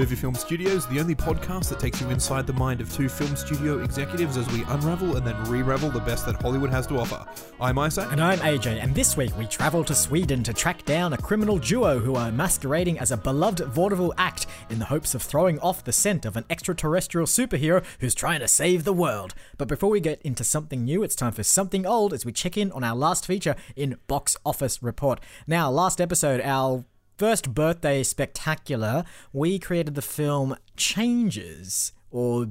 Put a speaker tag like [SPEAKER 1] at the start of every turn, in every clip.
[SPEAKER 1] Studios, the only podcast that takes you inside the mind of two film studio executives as we unravel and then re-ravel the best that Hollywood has to offer. I'm Isaac.
[SPEAKER 2] And I'm AJ, and this week we travel to Sweden to track down a criminal duo who are masquerading as a beloved vaudeville act in the hopes of throwing off the scent of an extraterrestrial superhero who's trying to save the world. But before we get into something new, it's time for something old as we check in on our last feature in Box Office Report. Now, last episode, our first birthday spectacular, we created the film Changes or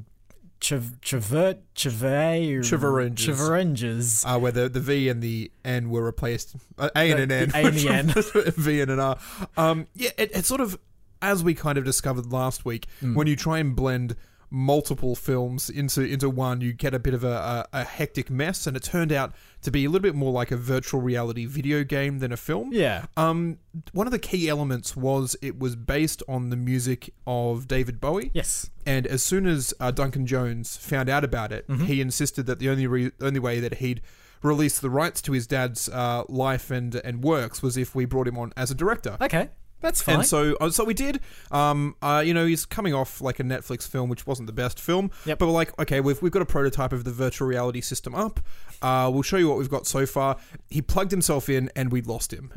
[SPEAKER 2] Chav- Chavert Chaver
[SPEAKER 1] Chivaranges.
[SPEAKER 2] Chivaranges.
[SPEAKER 1] Uh, where the, the V and the N were replaced, uh, A and an N,
[SPEAKER 2] the A and the N.
[SPEAKER 1] V and an R. Um, yeah, it, it's sort of as we kind of discovered last week. When you try and blend multiple films into into one, you get a bit of a, a, a hectic mess, and it turned out to be a little bit more like a virtual reality video game than a film.
[SPEAKER 2] Yeah.
[SPEAKER 1] Um, one of the key elements was it was based on the music of David Bowie.
[SPEAKER 2] Yes.
[SPEAKER 1] And as soon as uh, Duncan Jones found out about it, he insisted that the only re- only way that he'd release the rights to his dad's uh, life and and works was if we brought him on as a director.
[SPEAKER 2] Okay. That's fine.
[SPEAKER 1] And so, uh, so we did. Um, uh, you know, he's coming off like a Netflix film, which wasn't the best film.
[SPEAKER 2] Yep.
[SPEAKER 1] But we're like, okay, we've we've got a prototype of the virtual reality system up. Uh, we'll show you what we've got so far. He plugged himself in, and we lost him.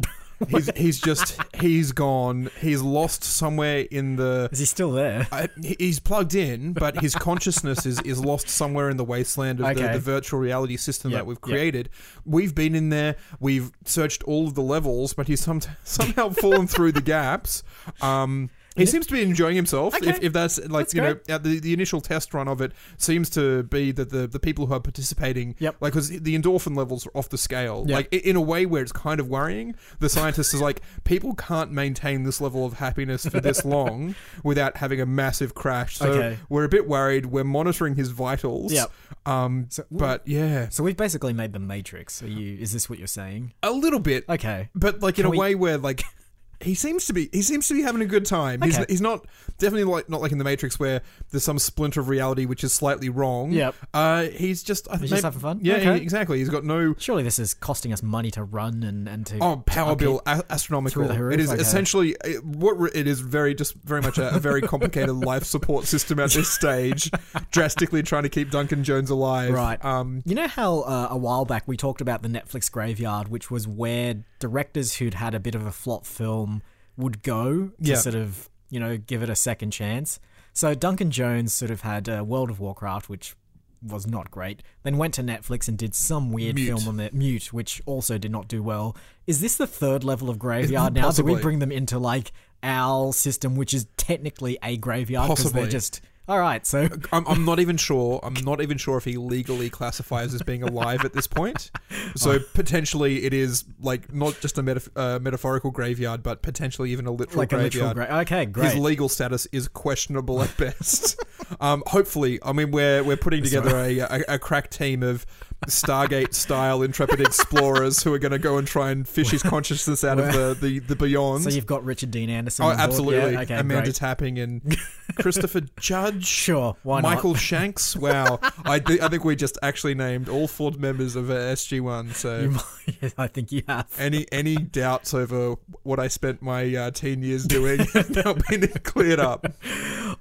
[SPEAKER 1] he's, he's just he's gone. He's lost somewhere in the.
[SPEAKER 2] Is he still there?
[SPEAKER 1] I, he's plugged in, but his consciousness is, is lost somewhere in the wasteland of the,
[SPEAKER 2] Okay.
[SPEAKER 1] the virtual reality system
[SPEAKER 2] Yep,
[SPEAKER 1] that we've
[SPEAKER 2] yep.
[SPEAKER 1] created. We've been in there, we've searched all of the levels, but he's some, somehow fallen through the gaps. Um, he seems to be enjoying himself. If,
[SPEAKER 2] Okay.
[SPEAKER 1] if that's like
[SPEAKER 2] That's
[SPEAKER 1] you know, uh, the, the initial test run of it seems to be that the, the people who are participating,
[SPEAKER 2] Yep.
[SPEAKER 1] like because the endorphin levels are off the scale.
[SPEAKER 2] Yep.
[SPEAKER 1] Like i- in a way where it's kind of worrying. The scientist is like, people can't maintain this level of happiness for this long without having a massive crash. So
[SPEAKER 2] Okay.
[SPEAKER 1] we're a bit worried. We're monitoring his vitals.
[SPEAKER 2] Yep.
[SPEAKER 1] Um, but yeah,
[SPEAKER 2] So we've basically made the Matrix. Are you? Is this what you're saying?
[SPEAKER 1] a little bit.
[SPEAKER 2] Okay.
[SPEAKER 1] But like in a
[SPEAKER 2] we-
[SPEAKER 1] way where like he seems to be he seems to be having a good time. He's,
[SPEAKER 2] Okay.
[SPEAKER 1] he's not definitely like not like in the Matrix where there's some splinter of reality which is slightly wrong.
[SPEAKER 2] Yep.
[SPEAKER 1] Uh, he's just I think
[SPEAKER 2] just
[SPEAKER 1] maybe-
[SPEAKER 2] having fun?
[SPEAKER 1] Yeah,
[SPEAKER 2] Okay.
[SPEAKER 1] he- exactly. He's got no
[SPEAKER 2] Surely this is costing us money to run and and to.
[SPEAKER 1] Oh, power
[SPEAKER 2] Okay.
[SPEAKER 1] bill a- astronomical.
[SPEAKER 2] Through the roof,
[SPEAKER 1] It is
[SPEAKER 2] okay.
[SPEAKER 1] essentially it, what re- it is very just very much a, a very complicated life support system at this stage, drastically trying to keep Duncan Jones alive.
[SPEAKER 2] Right.
[SPEAKER 1] Um,
[SPEAKER 2] You know how uh, a while back we talked about the Netflix graveyard, which was where directors who'd had a bit of a flop film would go to
[SPEAKER 1] Yeah.
[SPEAKER 2] sort of, you know, give it a second chance. So Duncan Jones sort of had uh, World of Warcraft, which was not great, then went to Netflix and did some weird
[SPEAKER 1] Mute.
[SPEAKER 2] film on the Mute, which also did not do well. Is this the third level of graveyard now? Do
[SPEAKER 1] possibly.
[SPEAKER 2] we bring them into like our system, which is technically a graveyard because they're
[SPEAKER 1] Possibly.
[SPEAKER 2] just all right? So
[SPEAKER 1] I'm, I'm not even sure. I'm not even sure if he legally classifies as being alive at this point. So
[SPEAKER 2] Oh.
[SPEAKER 1] potentially it is like not just a metaf- uh, metaphorical graveyard, but potentially even a literal
[SPEAKER 2] like a literal
[SPEAKER 1] graveyard.
[SPEAKER 2] gra- okay, great.
[SPEAKER 1] His legal status is questionable at best. um, hopefully, I mean we're we're putting together a, a a crack team of Stargate style intrepid explorers who are going to go and try and fish his consciousness out of the the, the beyond.
[SPEAKER 2] So you've got Richard Dean Anderson.
[SPEAKER 1] Mm. oh,
[SPEAKER 2] on board.
[SPEAKER 1] absolutely,
[SPEAKER 2] Yeah, okay,
[SPEAKER 1] Amanda
[SPEAKER 2] great.
[SPEAKER 1] Tapping and Christopher Judge.
[SPEAKER 2] Sure, why not?
[SPEAKER 1] Michael Shanks. Wow, I, thi- I think we just actually named all four members of uh, SG One. So
[SPEAKER 2] Yeah, I think you have.
[SPEAKER 1] any any doubts over what I spent my uh, teen years doing have now been cleared up.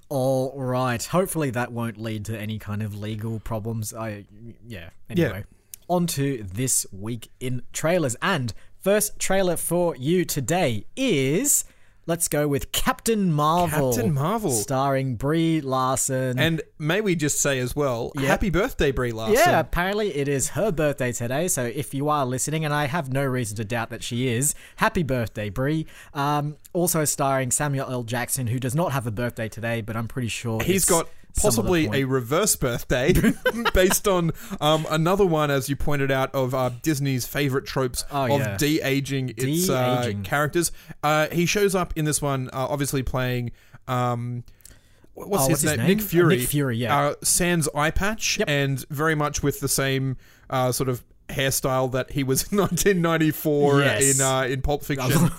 [SPEAKER 2] All right. Hopefully that won't lead to any kind of legal problems. I yeah. Anyway, on to this week in trailers and first trailer for you today is let's go with Captain Marvel.
[SPEAKER 1] Captain Marvel.
[SPEAKER 2] starring Brie Larson.
[SPEAKER 1] And may we just say as well, happy birthday, Brie Larson.
[SPEAKER 2] Yeah, apparently it is her birthday today. So if you are listening, and I have no reason to doubt that she is, happy birthday, Brie. Um, also starring Samuel L. Jackson, who does not have a birthday today, but I'm pretty sure
[SPEAKER 1] He's
[SPEAKER 2] it's
[SPEAKER 1] got
[SPEAKER 2] some other
[SPEAKER 1] possibly a
[SPEAKER 2] point.
[SPEAKER 1] reverse birthday based on um, another one, as you pointed out, of uh, Disney's favorite tropes
[SPEAKER 2] Oh,
[SPEAKER 1] of
[SPEAKER 2] yeah.
[SPEAKER 1] de aging its uh,
[SPEAKER 2] De-aging.
[SPEAKER 1] characters. Uh, he shows up in this one, uh, obviously playing. Um, wh- What's, his,
[SPEAKER 2] Oh, what's his
[SPEAKER 1] name?
[SPEAKER 2] name?
[SPEAKER 1] Nick Fury.
[SPEAKER 2] Nick Fury, yeah.
[SPEAKER 1] Uh, sans eye patch,
[SPEAKER 2] Yep.
[SPEAKER 1] and very much with the same uh, sort of hairstyle that he was in 1994
[SPEAKER 2] Yes.
[SPEAKER 1] in uh, in Pulp Fiction.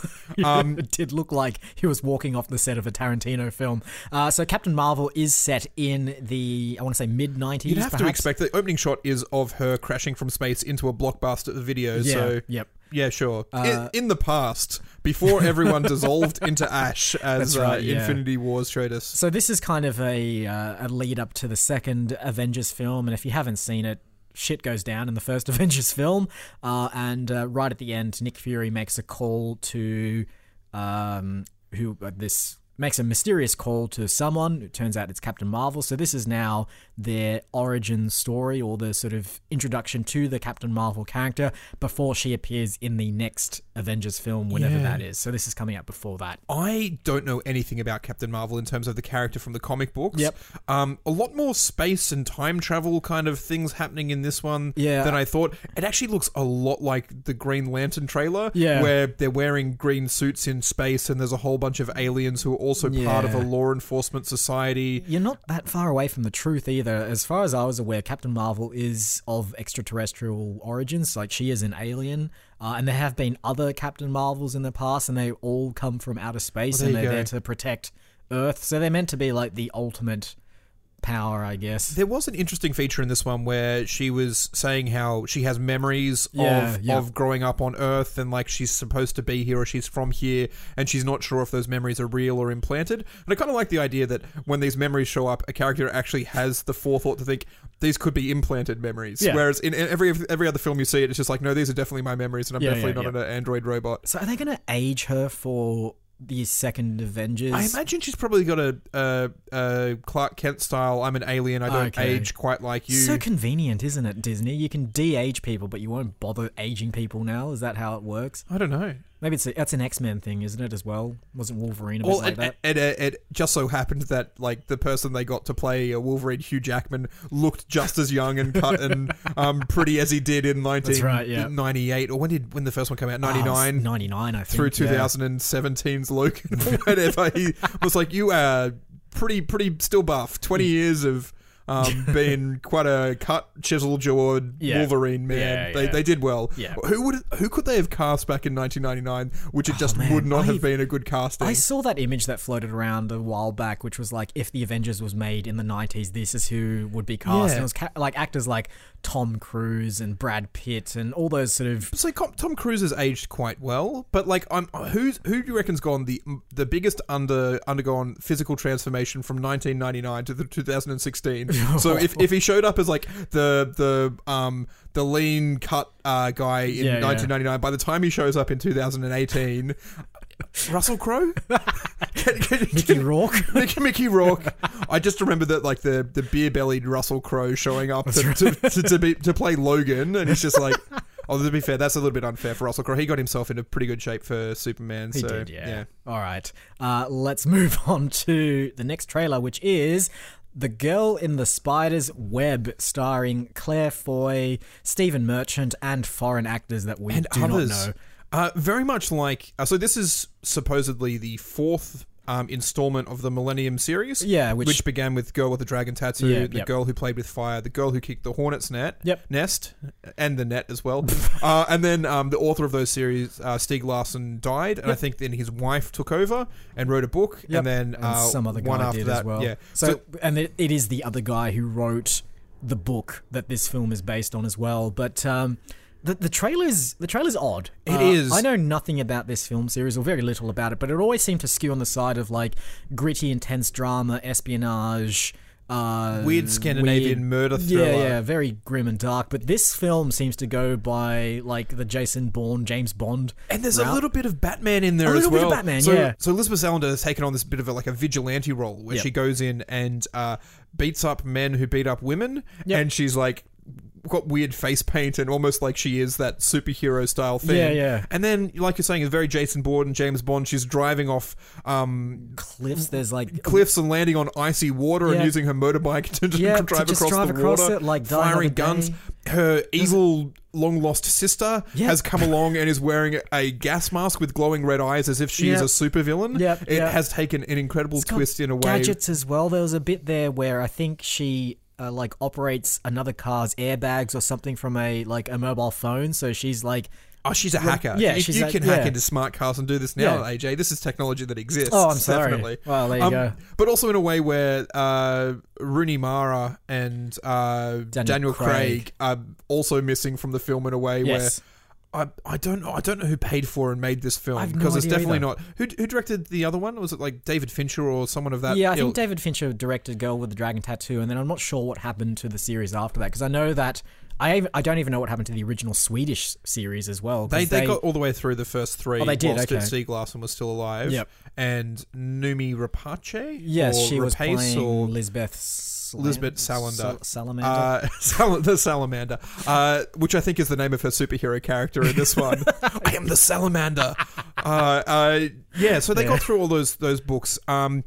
[SPEAKER 1] Um,
[SPEAKER 2] it did look like he was walking off the set of a Tarantino film. Uh, so Captain Marvel is set in the I want to say mid nineties.
[SPEAKER 1] You'd have
[SPEAKER 2] perhaps.
[SPEAKER 1] to expect the opening shot is of her crashing from space into a blockbuster video.
[SPEAKER 2] Yeah.
[SPEAKER 1] So
[SPEAKER 2] Yep.
[SPEAKER 1] yeah, sure.
[SPEAKER 2] Uh,
[SPEAKER 1] in, in the past, before everyone dissolved into ash as
[SPEAKER 2] That's
[SPEAKER 1] uh,
[SPEAKER 2] right, yeah.
[SPEAKER 1] Infinity Wars trade us.
[SPEAKER 2] So this is kind of a uh, a lead up to the second Avengers film, and if you haven't seen it. Shit goes down in the first Avengers film, uh, and uh, right at the end, Nick Fury makes a call to um, who uh, this makes a mysterious call to someone. It turns out it's Captain Marvel. So this is now their origin story or the sort of introduction to the Captain Marvel character before she appears in the next Avengers film, whenever
[SPEAKER 1] Yeah.
[SPEAKER 2] that is. So this is coming out before that.
[SPEAKER 1] I don't know anything about Captain Marvel in terms of the character from the comic books.
[SPEAKER 2] Yep.
[SPEAKER 1] Um, a lot more space and time travel kind of things happening in this one
[SPEAKER 2] Yeah.
[SPEAKER 1] than I thought. It actually looks a lot like the Green Lantern trailer,
[SPEAKER 2] Yeah.
[SPEAKER 1] where they're wearing green suits in space and there's a whole bunch of aliens who are also part of a
[SPEAKER 2] Yeah.
[SPEAKER 1] law enforcement society.
[SPEAKER 2] You're not that far away from the truth either. As far as I was aware, Captain Marvel is of extraterrestrial origins. Like she is an alien, uh, and there have been other Captain Marvels in the past, and they all come from outer space,
[SPEAKER 1] Well,
[SPEAKER 2] and
[SPEAKER 1] there
[SPEAKER 2] they're
[SPEAKER 1] you
[SPEAKER 2] there
[SPEAKER 1] go.
[SPEAKER 2] to protect Earth. So they're meant to be like the ultimate power, I guess.
[SPEAKER 1] There was an interesting feature in this one where she was saying how she has memories
[SPEAKER 2] Yeah,
[SPEAKER 1] of
[SPEAKER 2] yeah.
[SPEAKER 1] of growing up on Earth and like she's supposed to be here or she's from here and she's not sure if those memories are real or implanted. And I kind of like the idea that when these memories show up, a character actually has the forethought to think these could be implanted memories.
[SPEAKER 2] Yeah.
[SPEAKER 1] Whereas in every every other film you see it, it's just like no, these are definitely my memories and I'm
[SPEAKER 2] Yeah,
[SPEAKER 1] definitely
[SPEAKER 2] yeah,
[SPEAKER 1] not an android robot.
[SPEAKER 2] So are they going to age her for the second Avengers?
[SPEAKER 1] I imagine she's probably got a, uh uh Clark Kent style. I'm an alien. I don't
[SPEAKER 2] Okay.
[SPEAKER 1] age quite like you.
[SPEAKER 2] So convenient, isn't it, Disney? You can de-age people, but you won't bother aging people now. Is that how it works?
[SPEAKER 1] I don't know.
[SPEAKER 2] Maybe it's a, that's an X Men thing, isn't it? As well, wasn't Wolverine a bit
[SPEAKER 1] Well,
[SPEAKER 2] like
[SPEAKER 1] it,
[SPEAKER 2] that?
[SPEAKER 1] it, it, it just so happened that like the person they got to play uh, Wolverine, Hugh Jackman, looked just as young and cut and um, pretty as he did in
[SPEAKER 2] That's
[SPEAKER 1] nineteen
[SPEAKER 2] right, yeah.
[SPEAKER 1] ninety eight, or when did when the first one came out ninety
[SPEAKER 2] Oh, it
[SPEAKER 1] nine
[SPEAKER 2] was 99, I think.
[SPEAKER 1] through
[SPEAKER 2] yeah.
[SPEAKER 1] 2017's Logan, whatever. He was like, you are pretty pretty still buff. Twenty
[SPEAKER 2] Mm.
[SPEAKER 1] years of. Um, being quite a cut, chisel jawed
[SPEAKER 2] Yeah.
[SPEAKER 1] Wolverine man,
[SPEAKER 2] Yeah,
[SPEAKER 1] they,
[SPEAKER 2] yeah.
[SPEAKER 1] they did well.
[SPEAKER 2] Yeah.
[SPEAKER 1] Who would who could they have cast back in 1999, which it just
[SPEAKER 2] Oh, man,
[SPEAKER 1] would not
[SPEAKER 2] I-
[SPEAKER 1] have been a good casting.
[SPEAKER 2] I saw that image that floated around a while back, which was like, if the Avengers was made in the 90s, this is who would be cast.
[SPEAKER 1] Yeah.
[SPEAKER 2] And it was ca- like actors like Tom Cruise and Brad Pitt and all those sort of.
[SPEAKER 1] So Com- Tom Cruise has aged quite well, but like, I'm who's who do you reckon's gone the the biggest under undergone physical transformation from 1999 to the 2016? so if, if he showed up as like the the um the lean cut uh, guy in
[SPEAKER 2] Yeah, yeah.
[SPEAKER 1] 1999, by the time he shows up in 2018, Russell Crowe, Can- can-
[SPEAKER 2] Mickey Rourke?
[SPEAKER 1] Mickey, Mickey Rourke. I just remember that like the, the beer bellied Russell Crowe showing up to, to, to, to, be, to play Logan, and he's just like, oh, to be fair, that's a little bit unfair for Russell Crowe. He got himself into pretty good shape for Superman.
[SPEAKER 2] He
[SPEAKER 1] so,
[SPEAKER 2] did, yeah. All right. Uh, let's move on to the next trailer, which is The Girl in the Spider's Web, starring Claire Foy, Stephen Merchant, and foreign actors that we
[SPEAKER 1] And
[SPEAKER 2] do
[SPEAKER 1] others.
[SPEAKER 2] not know.
[SPEAKER 1] Uh, very much like uh, so. This is supposedly the fourth. Um, installment of the Millennium series,
[SPEAKER 2] Yeah, which-
[SPEAKER 1] began with Girl with the Dragon Tattoo,
[SPEAKER 2] Yeah,
[SPEAKER 1] the
[SPEAKER 2] yep.
[SPEAKER 1] girl who played with fire, the girl who kicked the hornet's net,
[SPEAKER 2] Yep.
[SPEAKER 1] nest, and the net as well. uh, and then um, the author of those series, uh, Stieg Larsson, died, and I think then his wife took over and wrote a book,
[SPEAKER 2] Yep.
[SPEAKER 1] and then uh,
[SPEAKER 2] some other guy
[SPEAKER 1] one after
[SPEAKER 2] did
[SPEAKER 1] that,
[SPEAKER 2] as well.
[SPEAKER 1] yeah.
[SPEAKER 2] So, and it, it is the other guy who wrote the book that this film is based on as well. But um, the the trailer's the trailer's odd.
[SPEAKER 1] It
[SPEAKER 2] It
[SPEAKER 1] is.
[SPEAKER 2] is. I know nothing about this film series or very little about it, but it always seemed to skew on the side of like gritty, intense drama, espionage. Uh,
[SPEAKER 1] Weird Scandinavian murder
[SPEAKER 2] Yeah,
[SPEAKER 1] thriller.
[SPEAKER 2] yeah, very grim and dark. But this film seems to go by like the Jason Bourne, James Bond,
[SPEAKER 1] And there's a
[SPEAKER 2] route.
[SPEAKER 1] little bit of Batman in there
[SPEAKER 2] A little
[SPEAKER 1] as
[SPEAKER 2] bit
[SPEAKER 1] well.
[SPEAKER 2] of Batman,
[SPEAKER 1] so,
[SPEAKER 2] yeah.
[SPEAKER 1] So Elizabeth Salander has taken on this bit of a, like a vigilante role where
[SPEAKER 2] Yep.
[SPEAKER 1] she goes in and uh, beats up men who beat up women,
[SPEAKER 2] Yep.
[SPEAKER 1] and she's like got weird face paint and almost like she is that superhero style thing.
[SPEAKER 2] Yeah, yeah.
[SPEAKER 1] And then, like you're saying, it's very Jason Bourne and James Bond. She's driving off um,
[SPEAKER 2] cliffs. There's like
[SPEAKER 1] cliffs and landing on icy water and
[SPEAKER 2] Yeah.
[SPEAKER 1] using her motorbike to,
[SPEAKER 2] Yeah, to
[SPEAKER 1] drive
[SPEAKER 2] just
[SPEAKER 1] across
[SPEAKER 2] drive
[SPEAKER 1] the
[SPEAKER 2] across
[SPEAKER 1] water,
[SPEAKER 2] it, like Die
[SPEAKER 1] firing
[SPEAKER 2] Another
[SPEAKER 1] guns.
[SPEAKER 2] Day.
[SPEAKER 1] Her evil long lost sister
[SPEAKER 2] Yeah.
[SPEAKER 1] has come along and is wearing a gas mask with glowing red eyes as if she
[SPEAKER 2] Yeah.
[SPEAKER 1] is a supervillain.
[SPEAKER 2] Yeah,
[SPEAKER 1] it
[SPEAKER 2] yeah.
[SPEAKER 1] has taken an incredible
[SPEAKER 2] It's got
[SPEAKER 1] twist in a way.
[SPEAKER 2] Gadgets as well. There was a bit there where I think she uh, like operates another car's airbags or something from a like a mobile phone. So she's like,
[SPEAKER 1] Oh, she's a hacker.
[SPEAKER 2] yeah,
[SPEAKER 1] you,
[SPEAKER 2] she's
[SPEAKER 1] you
[SPEAKER 2] a-
[SPEAKER 1] can
[SPEAKER 2] yeah.
[SPEAKER 1] hack into smart cars and do this now,
[SPEAKER 2] Yeah.
[SPEAKER 1] AJ. This is technology that exists.
[SPEAKER 2] Oh, I'm sorry.
[SPEAKER 1] Definitely. Um,
[SPEAKER 2] Well, there you go.
[SPEAKER 1] But also in a way where uh, Rooney Mara and uh, Daniel, Craig.
[SPEAKER 2] Craig.
[SPEAKER 1] are also missing from the film in a way
[SPEAKER 2] yes,
[SPEAKER 1] where I, I don't know I don't know who paid for and made this film
[SPEAKER 2] I've no
[SPEAKER 1] because it's
[SPEAKER 2] idea
[SPEAKER 1] definitely
[SPEAKER 2] either.
[SPEAKER 1] not who, who directed the other one was it like David Fincher or someone of that
[SPEAKER 2] yeah. I
[SPEAKER 1] ilk?
[SPEAKER 2] think David Fincher directed Girl with the Dragon Tattoo, and then I'm not sure what happened to the series after that because I know that I even, I don't even know what happened to the original Swedish series as well. 'cause
[SPEAKER 1] They, they, got all the way through the first three.
[SPEAKER 2] Oh, they did,
[SPEAKER 1] Whilst
[SPEAKER 2] okay.
[SPEAKER 1] Sid Seglason was still alive.
[SPEAKER 2] Yep.
[SPEAKER 1] And Numi Rapace.
[SPEAKER 2] yes,
[SPEAKER 1] or
[SPEAKER 2] she was
[SPEAKER 1] Rapace
[SPEAKER 2] playing
[SPEAKER 1] or
[SPEAKER 2] Lisbeth Slan-
[SPEAKER 1] Lisbeth Salander.
[SPEAKER 2] Sal- Salamander.
[SPEAKER 1] uh, Sal- the Salamander, uh, which I think is the name of her superhero character in this one. I am the Salamander. Uh, uh, yeah, so they got through all those those books. Um,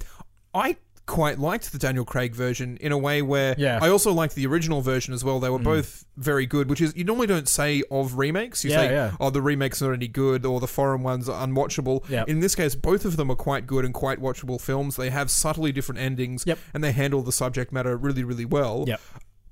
[SPEAKER 1] I quite liked the Daniel Craig version in a way where
[SPEAKER 2] Yeah. Mm.
[SPEAKER 1] I also liked the original version as well. They were both very good, which is you normally don't say of remakes. You
[SPEAKER 2] Yeah,
[SPEAKER 1] say,
[SPEAKER 2] yeah.
[SPEAKER 1] "Oh, the remakes are any good," or "The foreign ones are unwatchable."
[SPEAKER 2] Yep.
[SPEAKER 1] In this case, both of them are quite good and quite watchable films. They have subtly different endings,
[SPEAKER 2] Yep.
[SPEAKER 1] and they handle the subject matter really, really well
[SPEAKER 2] Yep.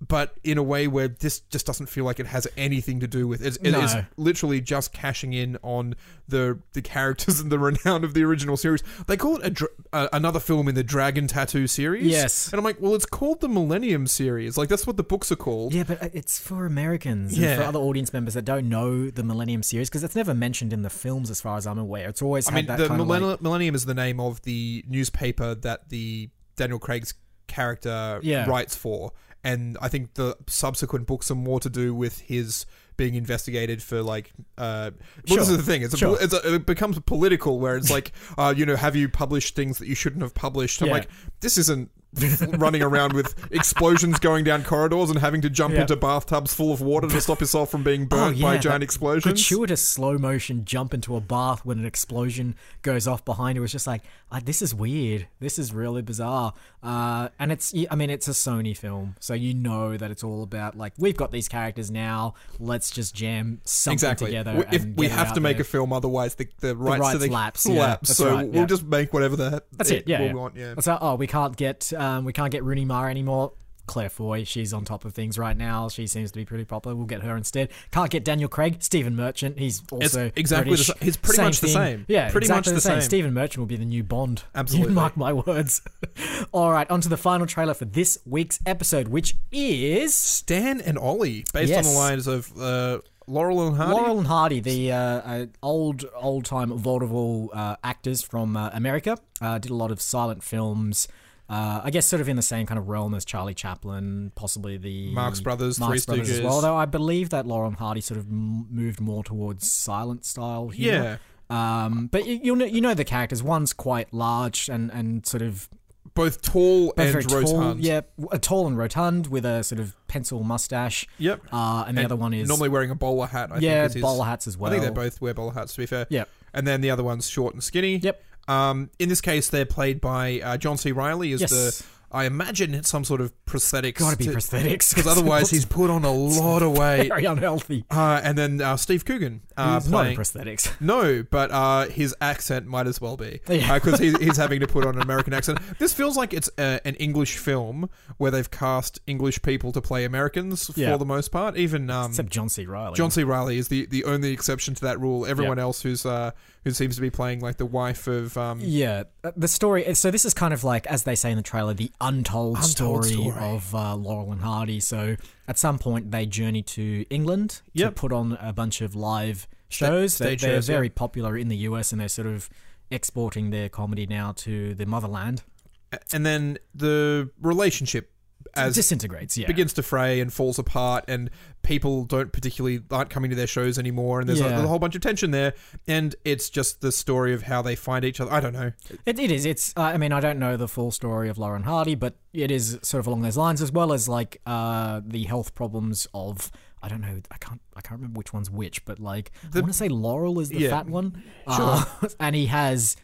[SPEAKER 1] but in a way where this just doesn't feel like it has anything to do with it. It
[SPEAKER 2] No.
[SPEAKER 1] is literally just cashing in on the the characters and the renown of the original series. They call it a, dr- uh, another film in the Dragon Tattoo series.
[SPEAKER 2] Yes.
[SPEAKER 1] and I'm like, well, it's called the Millennium series. Like that's what the books are called.
[SPEAKER 2] Yeah, but uh, it's for Americans
[SPEAKER 1] Yeah.
[SPEAKER 2] and for other audience members that don't know the Millennium series because it's never mentioned in the films, as far as I'm aware. It's always
[SPEAKER 1] I
[SPEAKER 2] had
[SPEAKER 1] mean,
[SPEAKER 2] that
[SPEAKER 1] the
[SPEAKER 2] kind
[SPEAKER 1] millenn-
[SPEAKER 2] of like,
[SPEAKER 1] Millennium is the name of the newspaper that the Daniel Craig's character
[SPEAKER 2] Yeah.
[SPEAKER 1] writes for, and I think the subsequent books are more to do with his being investigated for like. Uh, well, this
[SPEAKER 2] Sure.
[SPEAKER 1] is the thing; it's a,
[SPEAKER 2] Sure.
[SPEAKER 1] pol- it's a, it becomes political, where it's like, uh, you know, have you published things that you shouldn't have published? I'm
[SPEAKER 2] Yeah.
[SPEAKER 1] like, this isn't. running around with explosions going down corridors and having to jump
[SPEAKER 2] Yeah.
[SPEAKER 1] into bathtubs full of water to stop yourself from being
[SPEAKER 2] Oh,
[SPEAKER 1] burned by
[SPEAKER 2] yeah,
[SPEAKER 1] giant
[SPEAKER 2] that
[SPEAKER 1] explosions.
[SPEAKER 2] gratuitous slow motion jump into a bath when an explosion goes off behind you. It's just like ah, this is weird. This is really bizarre. Uh, and it's I mean it's a Sony film, so you know that it's all about like we've got these characters now. Let's just jam something together.
[SPEAKER 1] We- If
[SPEAKER 2] and
[SPEAKER 1] we
[SPEAKER 2] get it
[SPEAKER 1] have
[SPEAKER 2] out
[SPEAKER 1] to make
[SPEAKER 2] there.
[SPEAKER 1] a film, otherwise the, the rights, to
[SPEAKER 2] rights
[SPEAKER 1] the
[SPEAKER 2] lapse, yeah, that's
[SPEAKER 1] so
[SPEAKER 2] right,
[SPEAKER 1] we'll
[SPEAKER 2] yeah.
[SPEAKER 1] just make whatever the
[SPEAKER 2] That's it. Yeah,
[SPEAKER 1] we
[SPEAKER 2] yeah.
[SPEAKER 1] want. Yeah.
[SPEAKER 2] It's like, oh, we can't get um, we can't get Rooney Mara anymore. Claire Foy, she's on top of things right now. She seems to be pretty popular. We'll get her instead. Can't get Daniel Craig. Stephen Merchant, he's also
[SPEAKER 1] exactly
[SPEAKER 2] British.
[SPEAKER 1] the sa- he's pretty much the
[SPEAKER 2] thing.
[SPEAKER 1] same.
[SPEAKER 2] Yeah,
[SPEAKER 1] Pretty
[SPEAKER 2] exactly
[SPEAKER 1] much
[SPEAKER 2] the
[SPEAKER 1] the
[SPEAKER 2] same.
[SPEAKER 1] same.
[SPEAKER 2] Stephen Merchant will be the new Bond.
[SPEAKER 1] Absolutely.
[SPEAKER 2] you mark my words. All right, on to the final trailer for this week's episode, which is
[SPEAKER 1] Stan and Ollie, based on
[SPEAKER 2] Yes.
[SPEAKER 1] the lines of uh, Laurel and Hardy.
[SPEAKER 2] Laurel and Hardy, the uh, uh, old old time vaudeville uh, actors from uh, America, uh, did a lot of silent films. Uh, I guess sort of in the same kind of realm as Charlie Chaplin, possibly the
[SPEAKER 1] Marx Brothers,
[SPEAKER 2] Marx
[SPEAKER 1] Three
[SPEAKER 2] Brothers as
[SPEAKER 1] Stooges.
[SPEAKER 2] well. Though I believe that Laurel and Hardy sort of m- moved more towards silent style humor.
[SPEAKER 1] yeah,
[SPEAKER 2] Um, but you, you know you know the characters. One's quite large and, and sort of
[SPEAKER 1] both tall
[SPEAKER 2] both
[SPEAKER 1] and
[SPEAKER 2] very tall,
[SPEAKER 1] rotund.
[SPEAKER 2] yeah, w- tall and rotund with a sort of pencil mustache.
[SPEAKER 1] Yep.
[SPEAKER 2] Uh, and the
[SPEAKER 1] And
[SPEAKER 2] other one is
[SPEAKER 1] normally wearing a bowler hat. I
[SPEAKER 2] yeah,
[SPEAKER 1] think is his-
[SPEAKER 2] bowler hats as well.
[SPEAKER 1] I think they both wear bowler hats. To be fair.
[SPEAKER 2] Yep.
[SPEAKER 1] And then the other one's short and skinny.
[SPEAKER 2] Yep.
[SPEAKER 1] Um, in this case, they're played by uh, John C. Riley. Is
[SPEAKER 2] Yes.
[SPEAKER 1] the I imagine it's some sort of prosthetics.
[SPEAKER 2] Gotta be prosthetics
[SPEAKER 1] because otherwise he's put on a lot of weight.
[SPEAKER 2] very unhealthy.
[SPEAKER 1] Uh, and then uh, Steve Coogan uh,
[SPEAKER 2] He's not in
[SPEAKER 1] playing.
[SPEAKER 2] prosthetics.
[SPEAKER 1] No, but uh, his accent might as well be
[SPEAKER 2] Yeah.
[SPEAKER 1] because he's, he's having to put on an American accent. This feels like it's uh an English film where they've cast English people to play Americans
[SPEAKER 2] Yeah.
[SPEAKER 1] for the most part. Even um,
[SPEAKER 2] Except John C. Riley.
[SPEAKER 1] John C. Riley is the, the only exception to that rule. Everyone
[SPEAKER 2] Yeah.
[SPEAKER 1] else who's uh, who seems to be playing like the wife of um,
[SPEAKER 2] Yeah, uh, the story. So this is kind of like, as they say in the trailer, the untold,
[SPEAKER 1] Untold
[SPEAKER 2] story,
[SPEAKER 1] story.
[SPEAKER 2] of uh, Laurel and Hardy. So at some point they journey to England
[SPEAKER 1] Yep.
[SPEAKER 2] to put on a bunch of live shows. They,
[SPEAKER 1] stage
[SPEAKER 2] they're
[SPEAKER 1] shows, yeah.
[SPEAKER 2] very popular in the US, and they're sort of exporting their comedy now to the motherland.
[SPEAKER 1] and then the relationship as
[SPEAKER 2] disintegrates. Yeah,
[SPEAKER 1] begins to fray and falls apart and people don't particularly aren't coming to their shows anymore and there's, a,
[SPEAKER 2] Yeah.
[SPEAKER 1] there's a whole bunch of tension there and it's just the story of how they find each other i don't know
[SPEAKER 2] It, it is. It's. Uh, I mean, I don't know the full story of Lauren Hardy, but it is sort of along those lines, as well as like uh, the health problems of. I don't know. I can't. I can't remember which one's which, but like I want to say Laurel is the
[SPEAKER 1] Yeah.
[SPEAKER 2] fat one, uh, and he has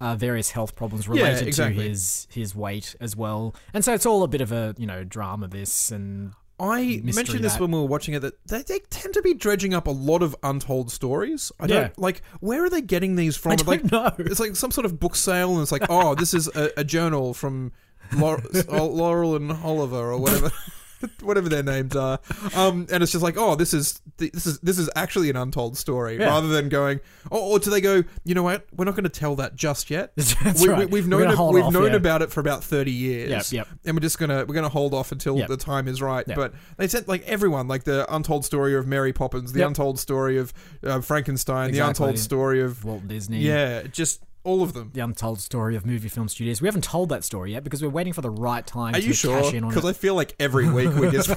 [SPEAKER 2] uh, various health problems related to
[SPEAKER 1] exactly.
[SPEAKER 2] his his weight as well, and so it's all a bit of a you know drama. This and
[SPEAKER 1] i mentioned this
[SPEAKER 2] that.
[SPEAKER 1] when we were watching it that they, they tend to be dredging up a lot of untold stories i
[SPEAKER 2] Yeah.
[SPEAKER 1] don't like where are they getting these from
[SPEAKER 2] don't
[SPEAKER 1] like
[SPEAKER 2] know.
[SPEAKER 1] it's like some sort of book sale and it's like oh this is a, a journal from Laurel, Laurel and Oliver or whatever whatever their names are. Um, and it's just like, oh, this is this is this is actually an untold story, rather than going, oh, or do they go, you know what, we're not going to tell that just yet.
[SPEAKER 2] That's
[SPEAKER 1] we,
[SPEAKER 2] right.
[SPEAKER 1] we, have
[SPEAKER 2] We're
[SPEAKER 1] known
[SPEAKER 2] gonna hold
[SPEAKER 1] we've
[SPEAKER 2] off,
[SPEAKER 1] known
[SPEAKER 2] yeah.
[SPEAKER 1] about it for about thirty years,
[SPEAKER 2] Yep, yep.
[SPEAKER 1] and we're just gonna we're gonna hold off until
[SPEAKER 2] Yep.
[SPEAKER 1] the time is right.
[SPEAKER 2] Yep.
[SPEAKER 1] But they sent like everyone, like the untold story of Mary Poppins, the
[SPEAKER 2] Yep.
[SPEAKER 1] untold story of uh, Frankenstein,
[SPEAKER 2] Exactly.
[SPEAKER 1] the untold story of
[SPEAKER 2] Walt Disney.
[SPEAKER 1] yeah, just all of them.
[SPEAKER 2] The untold story of movie film studios. We haven't told that story yet because we're waiting for the right time
[SPEAKER 1] Are
[SPEAKER 2] to
[SPEAKER 1] you sure?
[SPEAKER 2] cash in on it.
[SPEAKER 1] Because I feel like every week we just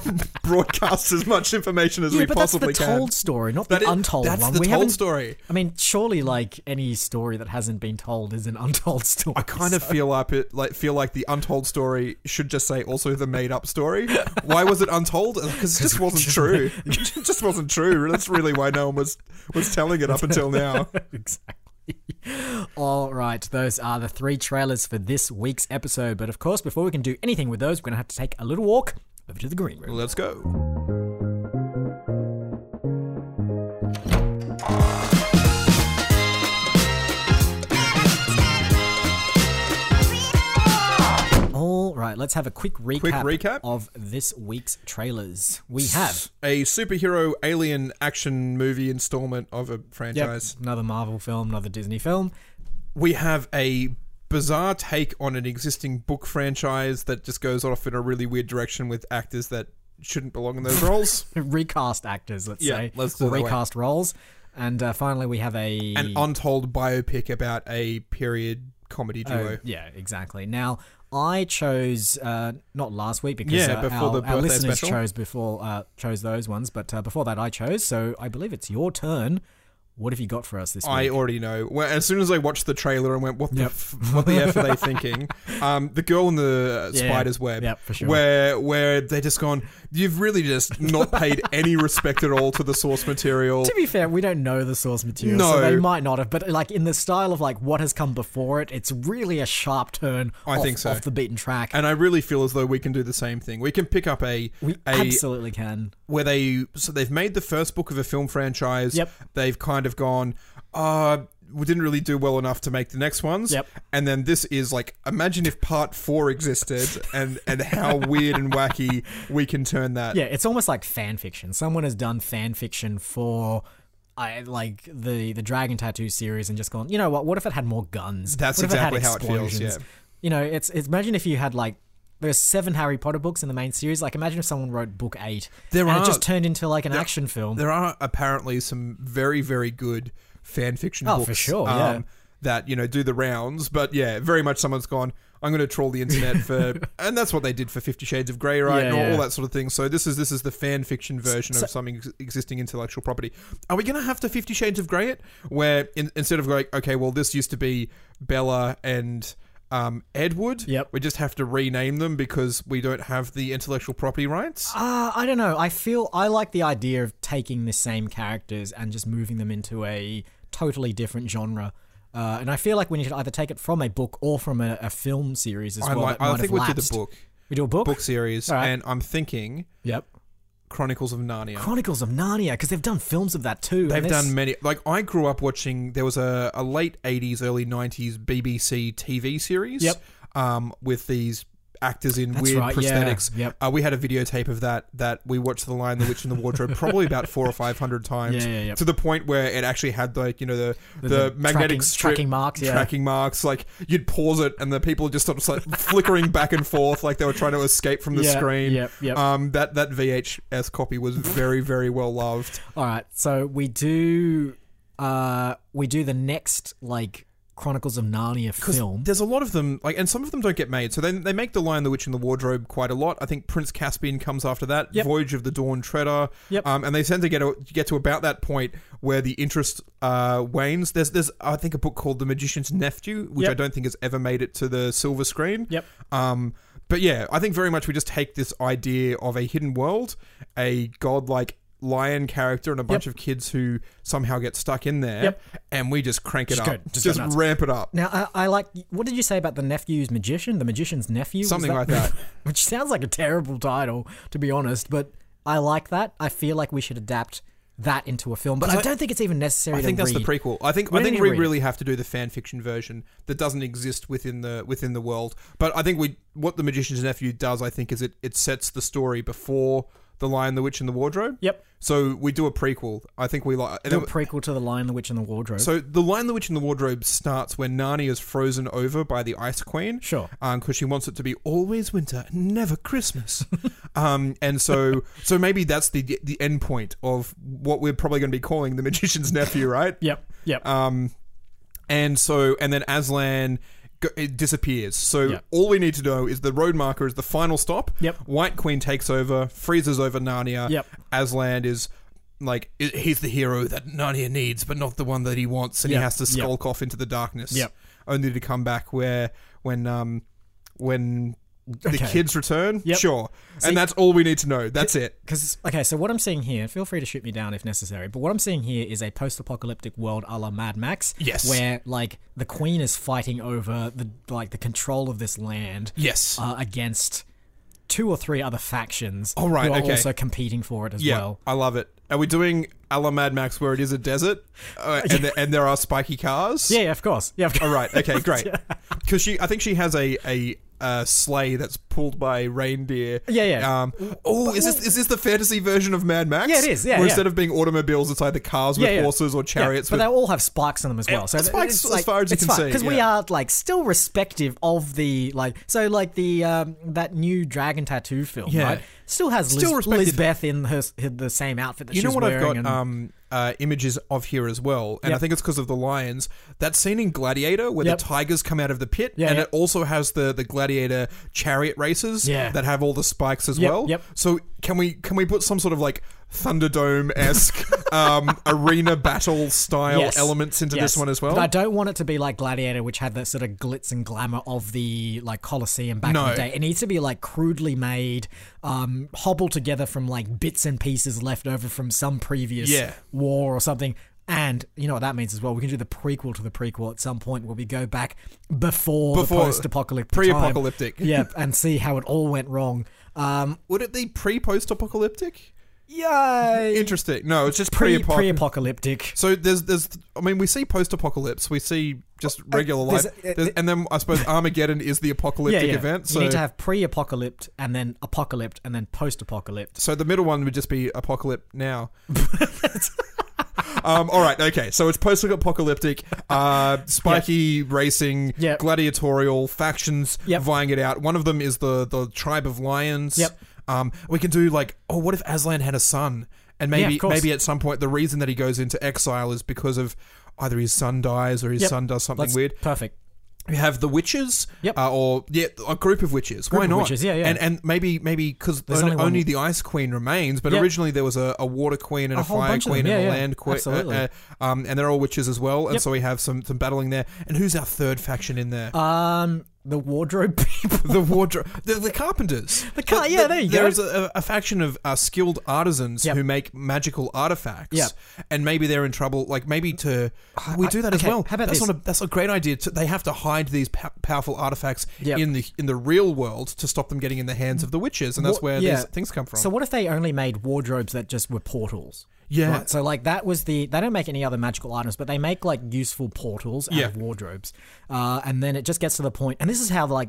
[SPEAKER 1] broadcast as much information as
[SPEAKER 2] yeah,
[SPEAKER 1] we
[SPEAKER 2] but
[SPEAKER 1] possibly
[SPEAKER 2] that's the
[SPEAKER 1] can.
[SPEAKER 2] told story, not
[SPEAKER 1] That
[SPEAKER 2] the
[SPEAKER 1] is-
[SPEAKER 2] untold
[SPEAKER 1] that's
[SPEAKER 2] one.
[SPEAKER 1] the
[SPEAKER 2] we
[SPEAKER 1] told
[SPEAKER 2] haven't.
[SPEAKER 1] story.
[SPEAKER 2] I mean, surely, like any story that hasn't been told is an untold story.
[SPEAKER 1] I kind of feel up it like feel like the untold story should just say also the made up story. Why was it untold? Because it just wasn't true. It just wasn't true. That's really why no one was was telling it up until now.
[SPEAKER 2] exactly. All right, those are the three trailers for this week's episode. But of course, before we can do anything with those, we're going to have to take a little walk over to the green room.
[SPEAKER 1] Let's go.
[SPEAKER 2] All right, let's have a quick recap,
[SPEAKER 1] recap?
[SPEAKER 2] of this week's trailers. We have
[SPEAKER 1] A superhero alien action movie installment of a franchise.
[SPEAKER 2] another Marvel film, another Disney film.
[SPEAKER 1] we have a bizarre take on an existing book franchise that just goes off in a really weird direction with actors that shouldn't belong in those roles.
[SPEAKER 2] recast actors, let's
[SPEAKER 1] Yeah,
[SPEAKER 2] say,
[SPEAKER 1] let's do
[SPEAKER 2] or
[SPEAKER 1] it that way.
[SPEAKER 2] recast roles. And uh, finally, we have a
[SPEAKER 1] An untold biopic about a period comedy duo.
[SPEAKER 2] Oh, yeah, exactly. Now, I chose uh, not last week because
[SPEAKER 1] Yeah,
[SPEAKER 2] uh,
[SPEAKER 1] before
[SPEAKER 2] our,
[SPEAKER 1] the
[SPEAKER 2] our
[SPEAKER 1] birthday
[SPEAKER 2] listeners
[SPEAKER 1] special.
[SPEAKER 2] chose before uh, chose those ones, but uh, before that, I chose. So I believe it's your turn. What have you got for us this
[SPEAKER 1] I
[SPEAKER 2] week?
[SPEAKER 1] already know. Well, as soon as I watched the trailer and went, "What the
[SPEAKER 2] Yep.
[SPEAKER 1] f- what the f are they thinking?" Um, the girl in the uh,
[SPEAKER 2] Yeah,
[SPEAKER 1] spider's web,
[SPEAKER 2] yep, for sure.
[SPEAKER 1] where where they just gone. You've really just not paid any respect at all to the source material.
[SPEAKER 2] To be fair, we don't know the source material,
[SPEAKER 1] No.
[SPEAKER 2] so they might not have. But like in the style of like what has come before it, it's really a sharp turn.
[SPEAKER 1] I
[SPEAKER 2] off,
[SPEAKER 1] think so.
[SPEAKER 2] off the beaten track.
[SPEAKER 1] And I really feel as though we can do the same thing. We can pick up a
[SPEAKER 2] we
[SPEAKER 1] a
[SPEAKER 2] absolutely can.
[SPEAKER 1] where they so they've made the first book of a film franchise.
[SPEAKER 2] Yep.
[SPEAKER 1] They've kind of gone, uh, we didn't really do well enough to make the next ones.
[SPEAKER 2] Yep.
[SPEAKER 1] And then this is like, imagine if part four existed, and and how weird and wacky we can turn that.
[SPEAKER 2] Yeah, it's almost like fan fiction. Someone has done fan fiction for. I like the the Dragon Tattoo series and just gone. You know what? What if it had more guns?
[SPEAKER 1] That's
[SPEAKER 2] what
[SPEAKER 1] exactly
[SPEAKER 2] if it had
[SPEAKER 1] how it feels,
[SPEAKER 2] explosions?
[SPEAKER 1] yeah.
[SPEAKER 2] You know, it's, it's imagine if you had like there's seven Harry Potter books in the main series. Like imagine if someone wrote book eight
[SPEAKER 1] There
[SPEAKER 2] and
[SPEAKER 1] are-
[SPEAKER 2] it just turned into like an action film.
[SPEAKER 1] There are apparently some very very good fan fiction
[SPEAKER 2] Oh,
[SPEAKER 1] books. um,
[SPEAKER 2] for sure, yeah.
[SPEAKER 1] That you know do the rounds, but yeah, very much someone's gone. I'm going to troll the internet for, and that's what they did for Fifty Shades of Grey, right,
[SPEAKER 2] Yeah,
[SPEAKER 1] and all,
[SPEAKER 2] yeah.
[SPEAKER 1] all that sort of thing. So this is this is the fan fiction version of some ex- existing intellectual property. Are we going to have to Fifty Shades of Grey it, where in, instead of like, okay, well, this used to be Bella and um, Edward,
[SPEAKER 2] Yep.
[SPEAKER 1] we just have to rename them because we don't have the intellectual property rights.
[SPEAKER 2] Uh, I don't know. I feel I like the idea of taking the same characters and just moving them into a totally different genre. Uh, and I feel like we need to either take it from a book or from a, a film series as
[SPEAKER 1] I,
[SPEAKER 2] well.
[SPEAKER 1] like,
[SPEAKER 2] that
[SPEAKER 1] I
[SPEAKER 2] might
[SPEAKER 1] think
[SPEAKER 2] have
[SPEAKER 1] we'll do the
[SPEAKER 2] lapsed.
[SPEAKER 1] book.
[SPEAKER 2] We do a book.
[SPEAKER 1] book series,
[SPEAKER 2] All right.
[SPEAKER 1] and I'm thinking
[SPEAKER 2] Yep.
[SPEAKER 1] Chronicles of Narnia.
[SPEAKER 2] Chronicles of Narnia, because they've done films of that too.
[SPEAKER 1] They've
[SPEAKER 2] and this-
[SPEAKER 1] done many. Like I grew up watching. There was a, a late '80s, early '90s BBC TV series.
[SPEAKER 2] Yep.
[SPEAKER 1] Um, with these actors in
[SPEAKER 2] That's
[SPEAKER 1] weird
[SPEAKER 2] right, yeah,
[SPEAKER 1] prosthetics.
[SPEAKER 2] yep.
[SPEAKER 1] Uh, we had a videotape of that that we watched The Lion, the Witch, and the Wardrobe probably about four or five hundred times
[SPEAKER 2] Yeah, yeah, yeah.
[SPEAKER 1] to the point where it actually had like you know the the,
[SPEAKER 2] the
[SPEAKER 1] magnetic
[SPEAKER 2] tracking-
[SPEAKER 1] strip,
[SPEAKER 2] tracking marks, yeah.
[SPEAKER 1] tracking marks. Like you'd pause it and the people just sort of like flickering back and forth like they were trying to escape from the
[SPEAKER 2] Yeah,
[SPEAKER 1] screen.
[SPEAKER 2] yep, yep.
[SPEAKER 1] Um, that that VHS copy was very very well loved.
[SPEAKER 2] All right, so we do, uh, we do the next like Chronicles of Narnia film.
[SPEAKER 1] There's a lot of them, like, and some of them don't get made. So they, they make the Lion, the Witch, and the Wardrobe quite a lot. I think Prince Caspian comes after that.
[SPEAKER 2] Yep.
[SPEAKER 1] Voyage of the Dawn Treader.
[SPEAKER 2] Yep.
[SPEAKER 1] Um, and they tend to get to get to about that point where the interest uh, wanes. There's there's I think a book called The Magician's Nephew, which
[SPEAKER 2] Yep.
[SPEAKER 1] I don't think has ever made it to the silver screen.
[SPEAKER 2] Yep.
[SPEAKER 1] Um, but yeah, I think very much we just take this idea of a hidden world, a godlike lion character and a bunch of kids who somehow get stuck in there
[SPEAKER 2] Yep.
[SPEAKER 1] and we just crank it up
[SPEAKER 2] Just go- just go
[SPEAKER 1] just
[SPEAKER 2] nuts.
[SPEAKER 1] ramp it up
[SPEAKER 2] now, I, I like. What did you say about the nephew's magician? The magician's nephew, Was
[SPEAKER 1] Something like that.
[SPEAKER 2] Which sounds like a terrible title, to be honest. But I like that. I feel like we should adapt that into a film. But I,
[SPEAKER 1] I-
[SPEAKER 2] don't think it's even necessary.
[SPEAKER 1] I think
[SPEAKER 2] to
[SPEAKER 1] that's the
[SPEAKER 2] read.
[SPEAKER 1] prequel. I think
[SPEAKER 2] We
[SPEAKER 1] I
[SPEAKER 2] don't
[SPEAKER 1] think
[SPEAKER 2] need to
[SPEAKER 1] we
[SPEAKER 2] read it.
[SPEAKER 1] really have to do the fan fiction version that doesn't exist within the within the world. But I think we what the Magician's Nephew does, I think, is it it sets the story before the Lion, the Witch, and the Wardrobe.
[SPEAKER 2] Yep.
[SPEAKER 1] So we do a prequel. I think we like. and
[SPEAKER 2] The
[SPEAKER 1] then-
[SPEAKER 2] prequel to the Lion, the Witch, and the Wardrobe.
[SPEAKER 1] so the Lion, the Witch, and the Wardrobe starts when Narnia is frozen over by the Ice Queen.
[SPEAKER 2] Sure.
[SPEAKER 1] because she wants it to be always winter, never Christmas. um, and so, so maybe that's the the end point of what we're probably going to be calling the Magician's Nephew, right?
[SPEAKER 2] yep, yep.
[SPEAKER 1] Um, and so, and then Aslan go, it disappears. So
[SPEAKER 2] Yeah.
[SPEAKER 1] all we need to know is the road marker is the final stop.
[SPEAKER 2] Yep.
[SPEAKER 1] White Queen takes over, freezes over Narnia.
[SPEAKER 2] Yep.
[SPEAKER 1] Aslan is like i- he's the hero that Narnia needs, but not the one that he wants, and
[SPEAKER 2] Yep.
[SPEAKER 1] he has to
[SPEAKER 2] Yep.
[SPEAKER 1] skulk off into the darkness.
[SPEAKER 2] Yep.
[SPEAKER 1] Only to come back where when um when the
[SPEAKER 2] Okay.
[SPEAKER 1] kids return.
[SPEAKER 2] Yep.
[SPEAKER 1] Sure. and that's all we need to know. That's it.
[SPEAKER 2] Because okay, so what I'm seeing here, feel free to shoot me down if necessary. But what I'm seeing here is a post-apocalyptic world a la Mad Max.
[SPEAKER 1] Yes.
[SPEAKER 2] where like the Queen is fighting over the like the control of this land
[SPEAKER 1] Yes.
[SPEAKER 2] uh, against two or three other factions.
[SPEAKER 1] Oh, right,
[SPEAKER 2] who are
[SPEAKER 1] okay.
[SPEAKER 2] also competing for it as
[SPEAKER 1] Yeah,
[SPEAKER 2] well.
[SPEAKER 1] I love it. Are we doing a la Mad Max where it is a desert uh, and, the, and there are spiky cars?
[SPEAKER 2] Yeah, yeah, of course. Yeah, of course.
[SPEAKER 1] All right. Okay. Great. Because she, I think she has a a. Uh, sleigh that's pulled by reindeer.
[SPEAKER 2] Yeah, yeah.
[SPEAKER 1] Um, oh, is this is this the fantasy version of Mad Max?
[SPEAKER 2] Yeah, it is. Yeah,
[SPEAKER 1] Where
[SPEAKER 2] yeah.
[SPEAKER 1] instead of being automobiles, it's either cars with
[SPEAKER 2] Yeah, yeah.
[SPEAKER 1] horses or chariots.
[SPEAKER 2] Yeah, but
[SPEAKER 1] with,
[SPEAKER 2] they all have spikes in them as well. So
[SPEAKER 1] spikes
[SPEAKER 2] it's
[SPEAKER 1] as
[SPEAKER 2] like-
[SPEAKER 1] far as you
[SPEAKER 2] it's
[SPEAKER 1] can
[SPEAKER 2] fine,
[SPEAKER 1] see,
[SPEAKER 2] we
[SPEAKER 1] yeah.
[SPEAKER 2] are like still respective of the like. So like the um, that new dragon tattoo film,
[SPEAKER 1] Yeah.
[SPEAKER 2] right? Still has
[SPEAKER 1] Still
[SPEAKER 2] Liz,
[SPEAKER 1] respective.
[SPEAKER 2] Beth in her in the same outfit that
[SPEAKER 1] you know
[SPEAKER 2] she's
[SPEAKER 1] what I've
[SPEAKER 2] wearing.
[SPEAKER 1] got
[SPEAKER 2] and,
[SPEAKER 1] um, uh, images of here as well, and
[SPEAKER 2] Yep.
[SPEAKER 1] I think it's because of the lions. That scene in Gladiator where
[SPEAKER 2] Yep.
[SPEAKER 1] the tigers come out of the pit,
[SPEAKER 2] Yeah,
[SPEAKER 1] and
[SPEAKER 2] yeah.
[SPEAKER 1] it also has the the gladiator chariot races
[SPEAKER 2] Yeah.
[SPEAKER 1] that have all the spikes as
[SPEAKER 2] Yep,
[SPEAKER 1] well.
[SPEAKER 2] yep.
[SPEAKER 1] So can we can we put some sort of like Thunderdome esque um, arena battle style
[SPEAKER 2] Yes.
[SPEAKER 1] elements into
[SPEAKER 2] Yes.
[SPEAKER 1] this one as well?
[SPEAKER 2] But I don't want it to be like Gladiator, which had that sort of glitz and glamour of the like Colosseum back in
[SPEAKER 1] No.
[SPEAKER 2] the day. It needs to be like crudely made, um, hobbled together from like bits and pieces left over from some previous
[SPEAKER 1] Yeah.
[SPEAKER 2] war or something. And you know what that means as well. We can do the prequel to the prequel at some point where we go back before,
[SPEAKER 1] Before-
[SPEAKER 2] the post-apocalyptic, time.
[SPEAKER 1] pre-apocalyptic.
[SPEAKER 2] yeah, and see how it all went wrong. Um,
[SPEAKER 1] Would it be pre post apocalyptic?
[SPEAKER 2] yeah,
[SPEAKER 1] Interesting. No, it's just
[SPEAKER 2] pre
[SPEAKER 1] pre apocalyptic.
[SPEAKER 2] pre-apocalyptic.
[SPEAKER 1] So there's there's I mean we see post apocalypse we see just regular
[SPEAKER 2] there's-
[SPEAKER 1] life
[SPEAKER 2] uh,
[SPEAKER 1] There's- and then I suppose Armageddon is the apocalyptic event so
[SPEAKER 2] You need to have pre-apocalyptic and then apocalyptic and then post-apocalyptic.
[SPEAKER 1] so the middle one would just be apocalypse now. um, all right, okay. So it's post-apocalyptic, uh, spiky racing,
[SPEAKER 2] Yep.
[SPEAKER 1] gladiatorial factions
[SPEAKER 2] Yep.
[SPEAKER 1] vying it out. One of them is the the tribe of lions.
[SPEAKER 2] Yep.
[SPEAKER 1] Um, we can do like, oh, what if Aslan had a son? And
[SPEAKER 2] Yeah,
[SPEAKER 1] maybe
[SPEAKER 2] of course.
[SPEAKER 1] maybe at some point the reason that he goes into exile is because of either his son dies or his
[SPEAKER 2] Yep.
[SPEAKER 1] son does something
[SPEAKER 2] That's
[SPEAKER 1] weird.
[SPEAKER 2] Perfect.
[SPEAKER 1] We have the witches,
[SPEAKER 2] Yep.
[SPEAKER 1] uh, or yeah, a group of witches. Why
[SPEAKER 2] of
[SPEAKER 1] not?
[SPEAKER 2] witches, yeah, yeah.
[SPEAKER 1] And and maybe maybe because
[SPEAKER 2] There's
[SPEAKER 1] only,
[SPEAKER 2] only one-
[SPEAKER 1] only the ice queen remains, but
[SPEAKER 2] Yep.
[SPEAKER 1] originally there was a, a water queen and
[SPEAKER 2] A
[SPEAKER 1] a,
[SPEAKER 2] whole
[SPEAKER 1] fire
[SPEAKER 2] bunch of
[SPEAKER 1] queen
[SPEAKER 2] them,
[SPEAKER 1] and
[SPEAKER 2] yeah,
[SPEAKER 1] a
[SPEAKER 2] yeah.
[SPEAKER 1] land queen,
[SPEAKER 2] Absolutely.
[SPEAKER 1] uh, uh, um, and they're all witches as well. And
[SPEAKER 2] Yep.
[SPEAKER 1] so we have some some battling there. And who's our third faction in there?
[SPEAKER 2] Um, the wardrobe people.
[SPEAKER 1] the wardrobe, the, the carpenters.
[SPEAKER 2] The car- Uh, yeah, there you go.
[SPEAKER 1] There's a, a faction of uh, skilled artisans
[SPEAKER 2] Yep.
[SPEAKER 1] who make magical artifacts.
[SPEAKER 2] Yep.
[SPEAKER 1] and maybe they're in trouble. Like maybe to we do that as
[SPEAKER 2] okay,
[SPEAKER 1] well.
[SPEAKER 2] how about
[SPEAKER 1] that's
[SPEAKER 2] this?
[SPEAKER 1] not a that's a great idea. To, they have to hide these pow- powerful artifacts
[SPEAKER 2] Yep.
[SPEAKER 1] in the in the real world to stop them getting in the hands of the witches, and that's
[SPEAKER 2] Wha-
[SPEAKER 1] where
[SPEAKER 2] yeah.
[SPEAKER 1] these things come from.
[SPEAKER 2] So what if they only made wardrobes that just were portals?
[SPEAKER 1] Yeah.
[SPEAKER 2] Right, So like that was the they don't make any other magical items, but they make like useful portals out
[SPEAKER 1] Yeah.
[SPEAKER 2] of wardrobes, uh, and then it just gets to the point, And this is how like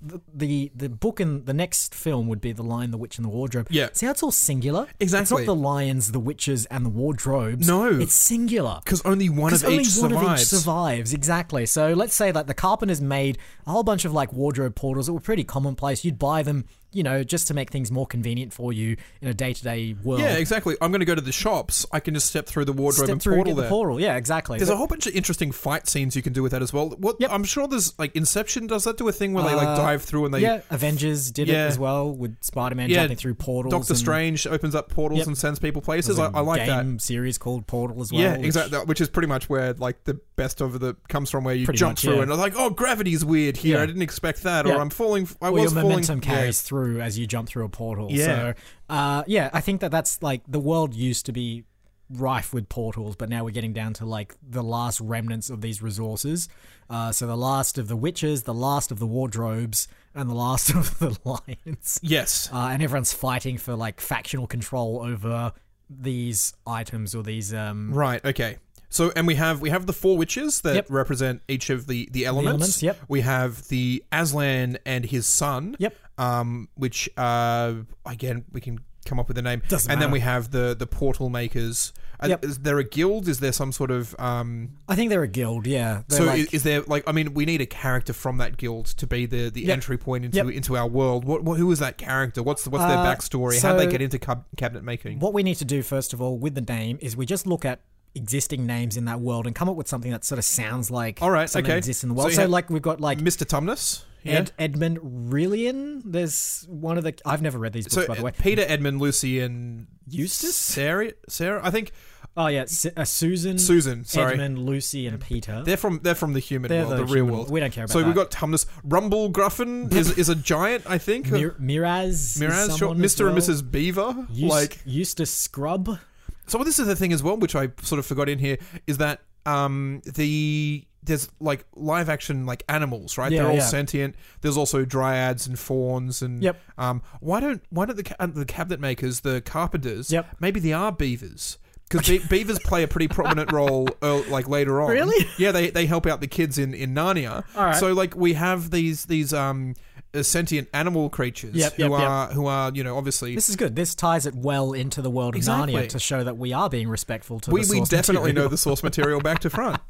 [SPEAKER 2] the the, the book and the next film would be the Lion, the Witch, and the Wardrobe.
[SPEAKER 1] Yeah.
[SPEAKER 2] See how it's all singular. It's not
[SPEAKER 1] Exactly.
[SPEAKER 2] the lions, the witches, and the wardrobes.
[SPEAKER 1] No.
[SPEAKER 2] It's singular.
[SPEAKER 1] because only one of
[SPEAKER 2] Because only
[SPEAKER 1] each
[SPEAKER 2] one of
[SPEAKER 1] survives.
[SPEAKER 2] each survives exactly. So let's say that the carpenters made a whole bunch of like wardrobe portals that were pretty commonplace. You'd buy them, you know, just to make things more convenient for you in a day-to-day world.
[SPEAKER 1] yeah, exactly. I'm going to go to the shops. I can just step through the wardrobe
[SPEAKER 2] Step
[SPEAKER 1] and
[SPEAKER 2] through,
[SPEAKER 1] portal
[SPEAKER 2] get the
[SPEAKER 1] there.
[SPEAKER 2] portal. Yeah, exactly.
[SPEAKER 1] There's
[SPEAKER 2] But-
[SPEAKER 1] a whole bunch of interesting fight scenes you can do with that as well. What
[SPEAKER 2] Yep.
[SPEAKER 1] I'm sure there's like Inception does that do a thing where they
[SPEAKER 2] Uh,
[SPEAKER 1] like dive through and they
[SPEAKER 2] yeah, Avengers did
[SPEAKER 1] Yeah.
[SPEAKER 2] it as well with Spider-Man jumping through portals.
[SPEAKER 1] Doctor
[SPEAKER 2] and
[SPEAKER 1] Strange opens up portals
[SPEAKER 2] Yep.
[SPEAKER 1] and sends people places.
[SPEAKER 2] there's a
[SPEAKER 1] I, I like that.
[SPEAKER 2] game series called Portal as well.
[SPEAKER 1] yeah,
[SPEAKER 2] which-
[SPEAKER 1] exactly. Which is pretty much where like the best of the comes from, where you
[SPEAKER 2] Pretty
[SPEAKER 1] jump
[SPEAKER 2] much,
[SPEAKER 1] through
[SPEAKER 2] yeah.
[SPEAKER 1] and it's like, oh, gravity's weird here.
[SPEAKER 2] Yeah.
[SPEAKER 1] I didn't expect that,
[SPEAKER 2] Yeah.
[SPEAKER 1] or I'm falling. f- I
[SPEAKER 2] Or your
[SPEAKER 1] was falling.
[SPEAKER 2] momentum
[SPEAKER 1] Yeah.
[SPEAKER 2] carries through as you jump through a portal.
[SPEAKER 1] Yeah.
[SPEAKER 2] So, uh, yeah, I think that that's like the world used to be rife with portals, but now we're getting down to like the last remnants of these resources. Uh, so the last of the witches, the last of the wardrobes, and the last of the lions.
[SPEAKER 1] Yes.
[SPEAKER 2] Uh, and everyone's fighting for like factional control over these items or these um
[SPEAKER 1] Right. Okay. So and we have we have the four witches that
[SPEAKER 2] Yep.
[SPEAKER 1] represent each of the the elements.
[SPEAKER 2] elements, yep.
[SPEAKER 1] We have the Aslan and his son.
[SPEAKER 2] Yep.
[SPEAKER 1] Um, which uh, again we can come up with a name.
[SPEAKER 2] Doesn't
[SPEAKER 1] and then
[SPEAKER 2] matter.
[SPEAKER 1] we have the the portal makers. Uh,
[SPEAKER 2] Yep.
[SPEAKER 1] Is there a guild? Is there some sort of um?
[SPEAKER 2] I think they're a guild, yeah. They're
[SPEAKER 1] so i-
[SPEAKER 2] like-
[SPEAKER 1] is, there like I mean we need a character from that guild to be the the
[SPEAKER 2] Yep.
[SPEAKER 1] entry point into
[SPEAKER 2] Yep.
[SPEAKER 1] into our world. What, what who is that character? What's the, what's their
[SPEAKER 2] Uh,
[SPEAKER 1] backstory? How would they
[SPEAKER 2] so-
[SPEAKER 1] get into cab- cabinet making?
[SPEAKER 2] What we need to do, first of all, with the name is we just look at existing names in that world and come up with something that sort of sounds like
[SPEAKER 1] All right,
[SPEAKER 2] something that
[SPEAKER 1] okay.
[SPEAKER 2] exists in the
[SPEAKER 1] So
[SPEAKER 2] world.
[SPEAKER 1] you
[SPEAKER 2] So,
[SPEAKER 1] have-
[SPEAKER 2] like, we've got like
[SPEAKER 1] Mr. Tumnus.
[SPEAKER 2] Ed, Edmund Rillian. There's one of the. I've never read these books,
[SPEAKER 1] So uh,
[SPEAKER 2] by the way.
[SPEAKER 1] Peter, Edmund, Lucy, and
[SPEAKER 2] Eustace?
[SPEAKER 1] Sarah, Sarah. I think
[SPEAKER 2] Oh, yeah. S- uh, Susan,
[SPEAKER 1] Susan. Sorry,
[SPEAKER 2] Edmund, Lucy, and Peter.
[SPEAKER 1] they're from they're from the human
[SPEAKER 2] They're
[SPEAKER 1] world, the,
[SPEAKER 2] the
[SPEAKER 1] real
[SPEAKER 2] human-
[SPEAKER 1] world.
[SPEAKER 2] we don't care about
[SPEAKER 1] So we've got
[SPEAKER 2] that.
[SPEAKER 1] Tumnus. Rumble Gruffin is is a giant, I think.
[SPEAKER 2] Mir- Miraz. is
[SPEAKER 1] Miraz, sure.
[SPEAKER 2] someone as
[SPEAKER 1] Mr. and
[SPEAKER 2] well.
[SPEAKER 1] Mrs. Beaver.
[SPEAKER 2] Eus-
[SPEAKER 1] like,
[SPEAKER 2] Eustace Scrub.
[SPEAKER 1] so this is the thing as well, which I sort of forgot in here, is that um the there's like live action like animals, right?
[SPEAKER 2] Yeah,
[SPEAKER 1] They're all
[SPEAKER 2] yeah.
[SPEAKER 1] sentient. There's also dryads and fauns and
[SPEAKER 2] Yep.
[SPEAKER 1] um why don't why don't the ca- the cabinet makers, the carpenters,
[SPEAKER 2] Yep.
[SPEAKER 1] maybe they are beavers? Because be- beavers play a pretty prominent role, earl like later on.
[SPEAKER 2] Really?
[SPEAKER 1] Yeah, they, they help out the kids in in Narnia.
[SPEAKER 2] All right.
[SPEAKER 1] So like we have these these um uh, sentient animal creatures
[SPEAKER 2] Yep,
[SPEAKER 1] who
[SPEAKER 2] yep, yep.
[SPEAKER 1] are who are you know obviously
[SPEAKER 2] This is good. This ties it well into the world of
[SPEAKER 1] Exactly.
[SPEAKER 2] Narnia to show that we are being respectful to
[SPEAKER 1] we,
[SPEAKER 2] the
[SPEAKER 1] we
[SPEAKER 2] source
[SPEAKER 1] definitely
[SPEAKER 2] material.
[SPEAKER 1] know the source material back to front.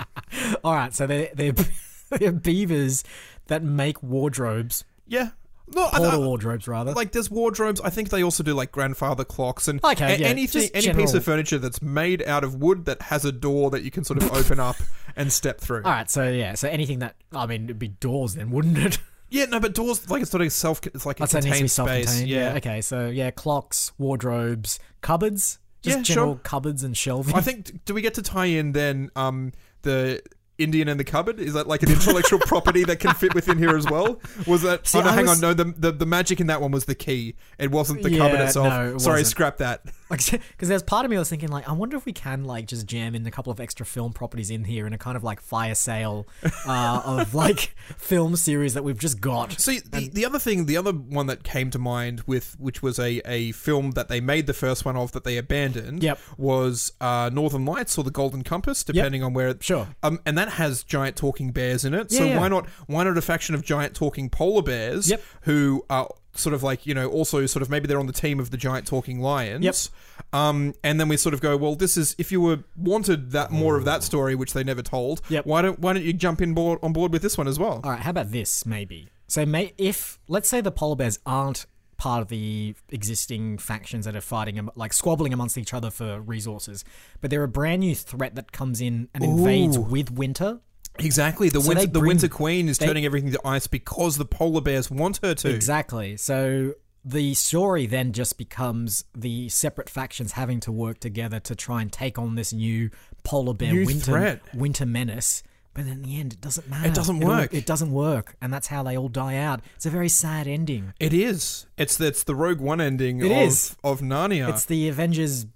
[SPEAKER 2] All right, so they're, they're, they're beavers that make wardrobes,
[SPEAKER 1] Yeah. No, I,
[SPEAKER 2] portal
[SPEAKER 1] I,
[SPEAKER 2] wardrobes rather.
[SPEAKER 1] like there's wardrobes. I think they also do like grandfather clocks and
[SPEAKER 2] Okay,
[SPEAKER 1] a-
[SPEAKER 2] yeah,
[SPEAKER 1] anything,
[SPEAKER 2] just
[SPEAKER 1] any
[SPEAKER 2] general-
[SPEAKER 1] piece of furniture that's made out of wood that has a door that you can sort of open up and step through.
[SPEAKER 2] All right, so yeah, so anything that I mean, it'd be doors then, wouldn't it?
[SPEAKER 1] Yeah, no, but doors like it's sort of self. It's like a
[SPEAKER 2] That's that needs to be
[SPEAKER 1] contained space.
[SPEAKER 2] self-contained.
[SPEAKER 1] Yeah.
[SPEAKER 2] Okay, so yeah, clocks, wardrobes, cupboards, just
[SPEAKER 1] Yeah, sure.
[SPEAKER 2] general cupboards and shelving.
[SPEAKER 1] I think. Do we get to tie in then? Um, the. Indian in the cupboard is that like an intellectual property that can fit within here as well? Was that?
[SPEAKER 2] See,
[SPEAKER 1] oh no,
[SPEAKER 2] I
[SPEAKER 1] hang
[SPEAKER 2] was-
[SPEAKER 1] on, no. The, the the magic in that one was the key. It wasn't the cupboard
[SPEAKER 2] Yeah,
[SPEAKER 1] itself.
[SPEAKER 2] no, it
[SPEAKER 1] Sorry,
[SPEAKER 2] wasn't.
[SPEAKER 1] scrap that.
[SPEAKER 2] because there's part of me that was thinking like, I wonder if we can like just jam in a couple of extra film properties in here in a kind of like fire sale uh, of like film series that we've just got.
[SPEAKER 1] See, the, the other thing, the other one that came to mind with which was a, a film that they made the first one of that they abandoned
[SPEAKER 2] Yep.
[SPEAKER 1] was uh, Northern Lights or The Golden Compass, depending on where. It,
[SPEAKER 2] Sure.
[SPEAKER 1] Um, and that has giant talking bears in it. so
[SPEAKER 2] Yeah, yeah.
[SPEAKER 1] why not why not a faction of giant talking polar bears
[SPEAKER 2] Yep.
[SPEAKER 1] who are sort of like you know also sort of maybe they're on the team of the giant talking lions. Um, and then we sort of go, well, this is if you were wanted that more of that story, which they never told.
[SPEAKER 2] Yep.
[SPEAKER 1] Why don't why don't you jump in board on board with this one as well?
[SPEAKER 2] All right, how about this maybe? So, may- if let's say the polar bears aren't part of the existing factions that are fighting, am- like squabbling amongst each other for resources, but they're a brand new threat that comes in and invades
[SPEAKER 1] Ooh.
[SPEAKER 2] with winter.
[SPEAKER 1] Exactly. The winter
[SPEAKER 2] they
[SPEAKER 1] the
[SPEAKER 2] bring-
[SPEAKER 1] winter queen is
[SPEAKER 2] they-
[SPEAKER 1] turning everything to ice because the polar bears want her to.
[SPEAKER 2] Exactly. So the story then just becomes the separate factions having to work together to try and take on this new polar bear
[SPEAKER 1] New
[SPEAKER 2] winter
[SPEAKER 1] threat.
[SPEAKER 2] winter menace. But in the end, it doesn't matter.
[SPEAKER 1] doesn't
[SPEAKER 2] all-
[SPEAKER 1] work.
[SPEAKER 2] it doesn't work, and that's how they all die out. It's a very sad ending.
[SPEAKER 1] It is. It's it's the Rogue One ending
[SPEAKER 2] It
[SPEAKER 1] of
[SPEAKER 2] is.
[SPEAKER 1] of Narnia.
[SPEAKER 2] It's the Avengers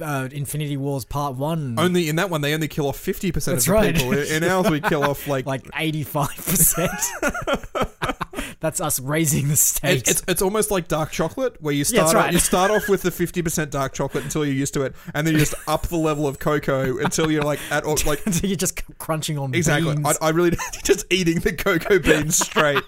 [SPEAKER 2] uh, Infinity Wars Part 1.
[SPEAKER 1] only in that one they only kill off fifty percent of
[SPEAKER 2] That's
[SPEAKER 1] the
[SPEAKER 2] right.
[SPEAKER 1] people. In in ours we kill off like,
[SPEAKER 2] like 85%. That's us raising the
[SPEAKER 1] it-
[SPEAKER 2] stakes.
[SPEAKER 1] it's it's almost like dark chocolate where you
[SPEAKER 2] Yeah, that's
[SPEAKER 1] start
[SPEAKER 2] right.
[SPEAKER 1] out, you start off with the fifty percent dark chocolate until you're used to it, and then you just up the level of cocoa until you're like at all like
[SPEAKER 2] So You're just crunching on
[SPEAKER 1] Exactly.
[SPEAKER 2] beans.
[SPEAKER 1] I, I really just eating the cocoa beans straight.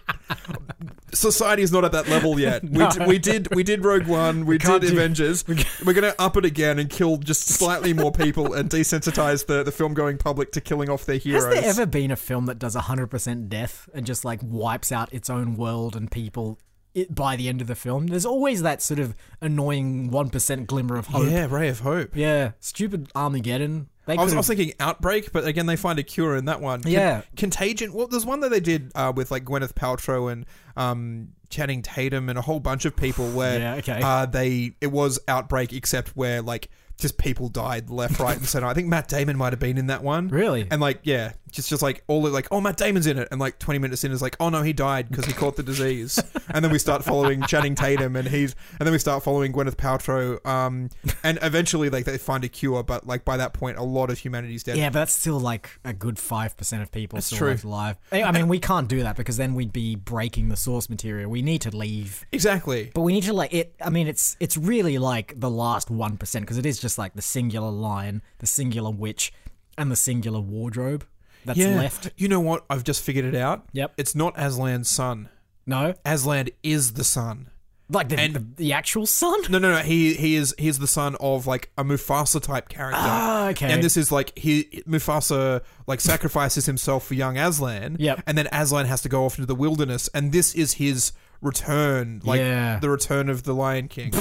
[SPEAKER 1] Society is not at that level yet. We, d- we did we did Rogue One. We
[SPEAKER 2] can't
[SPEAKER 1] did
[SPEAKER 2] do-
[SPEAKER 1] Avengers. We're going to up it again and kill just slightly more people and desensitize the, the film going public to killing off their heroes.
[SPEAKER 2] Has there ever been a film that does 100% death and just like wipes out its own world and people it, by the end of the film? There's always that sort of annoying 1% glimmer of hope. Yeah,
[SPEAKER 1] yeah, ray of hope.
[SPEAKER 2] stupid Armageddon. They
[SPEAKER 1] I was, I
[SPEAKER 2] could've-
[SPEAKER 1] was thinking Outbreak, but again, they find a cure in that one. Con-
[SPEAKER 2] Yeah.
[SPEAKER 1] Contagion. Well, there's one that they did uh, with like Gwyneth Paltrow and um, Channing Tatum and a whole bunch of people where
[SPEAKER 2] Yeah, okay.
[SPEAKER 1] uh, they it was Outbreak, except where like just people died left, right, and center. I think Matt Damon might have been in that one.
[SPEAKER 2] Really?
[SPEAKER 1] And like, yeah, just just like all of, like oh Matt Damon's in it, and like twenty minutes in is like oh no he died because he caught the disease, and then we start following Channing Tatum and he's and then we start following Gwyneth Paltrow, um, and eventually like they find a cure, but like by that point a lot of humanity's dead.
[SPEAKER 2] Yeah, but that's still like a good five percent of people still
[SPEAKER 1] true.
[SPEAKER 2] left alive. I I mean, we can't do that because then we'd be breaking the source material. We need to leave,
[SPEAKER 1] Exactly.
[SPEAKER 2] but we need to like it. I mean, it's it's really like the last one percent because it is just like the singular lion, the singular witch, and the singular wardrobe that's left.
[SPEAKER 1] You know what? I've just figured it out.
[SPEAKER 2] Yep.
[SPEAKER 1] It's not Aslan's son.
[SPEAKER 2] No,
[SPEAKER 1] Aslan is the son.
[SPEAKER 2] like the
[SPEAKER 1] And-
[SPEAKER 2] the, the actual sun.
[SPEAKER 1] No, no, no. He he is he is the son of like a Mufasa type character.
[SPEAKER 2] Ah, okay.
[SPEAKER 1] And this is like he Mufasa like sacrifices himself for young Aslan.
[SPEAKER 2] Yep.
[SPEAKER 1] And then Aslan has to go off into the wilderness, and this is his return, like
[SPEAKER 2] Yeah.
[SPEAKER 1] the return of the Lion King.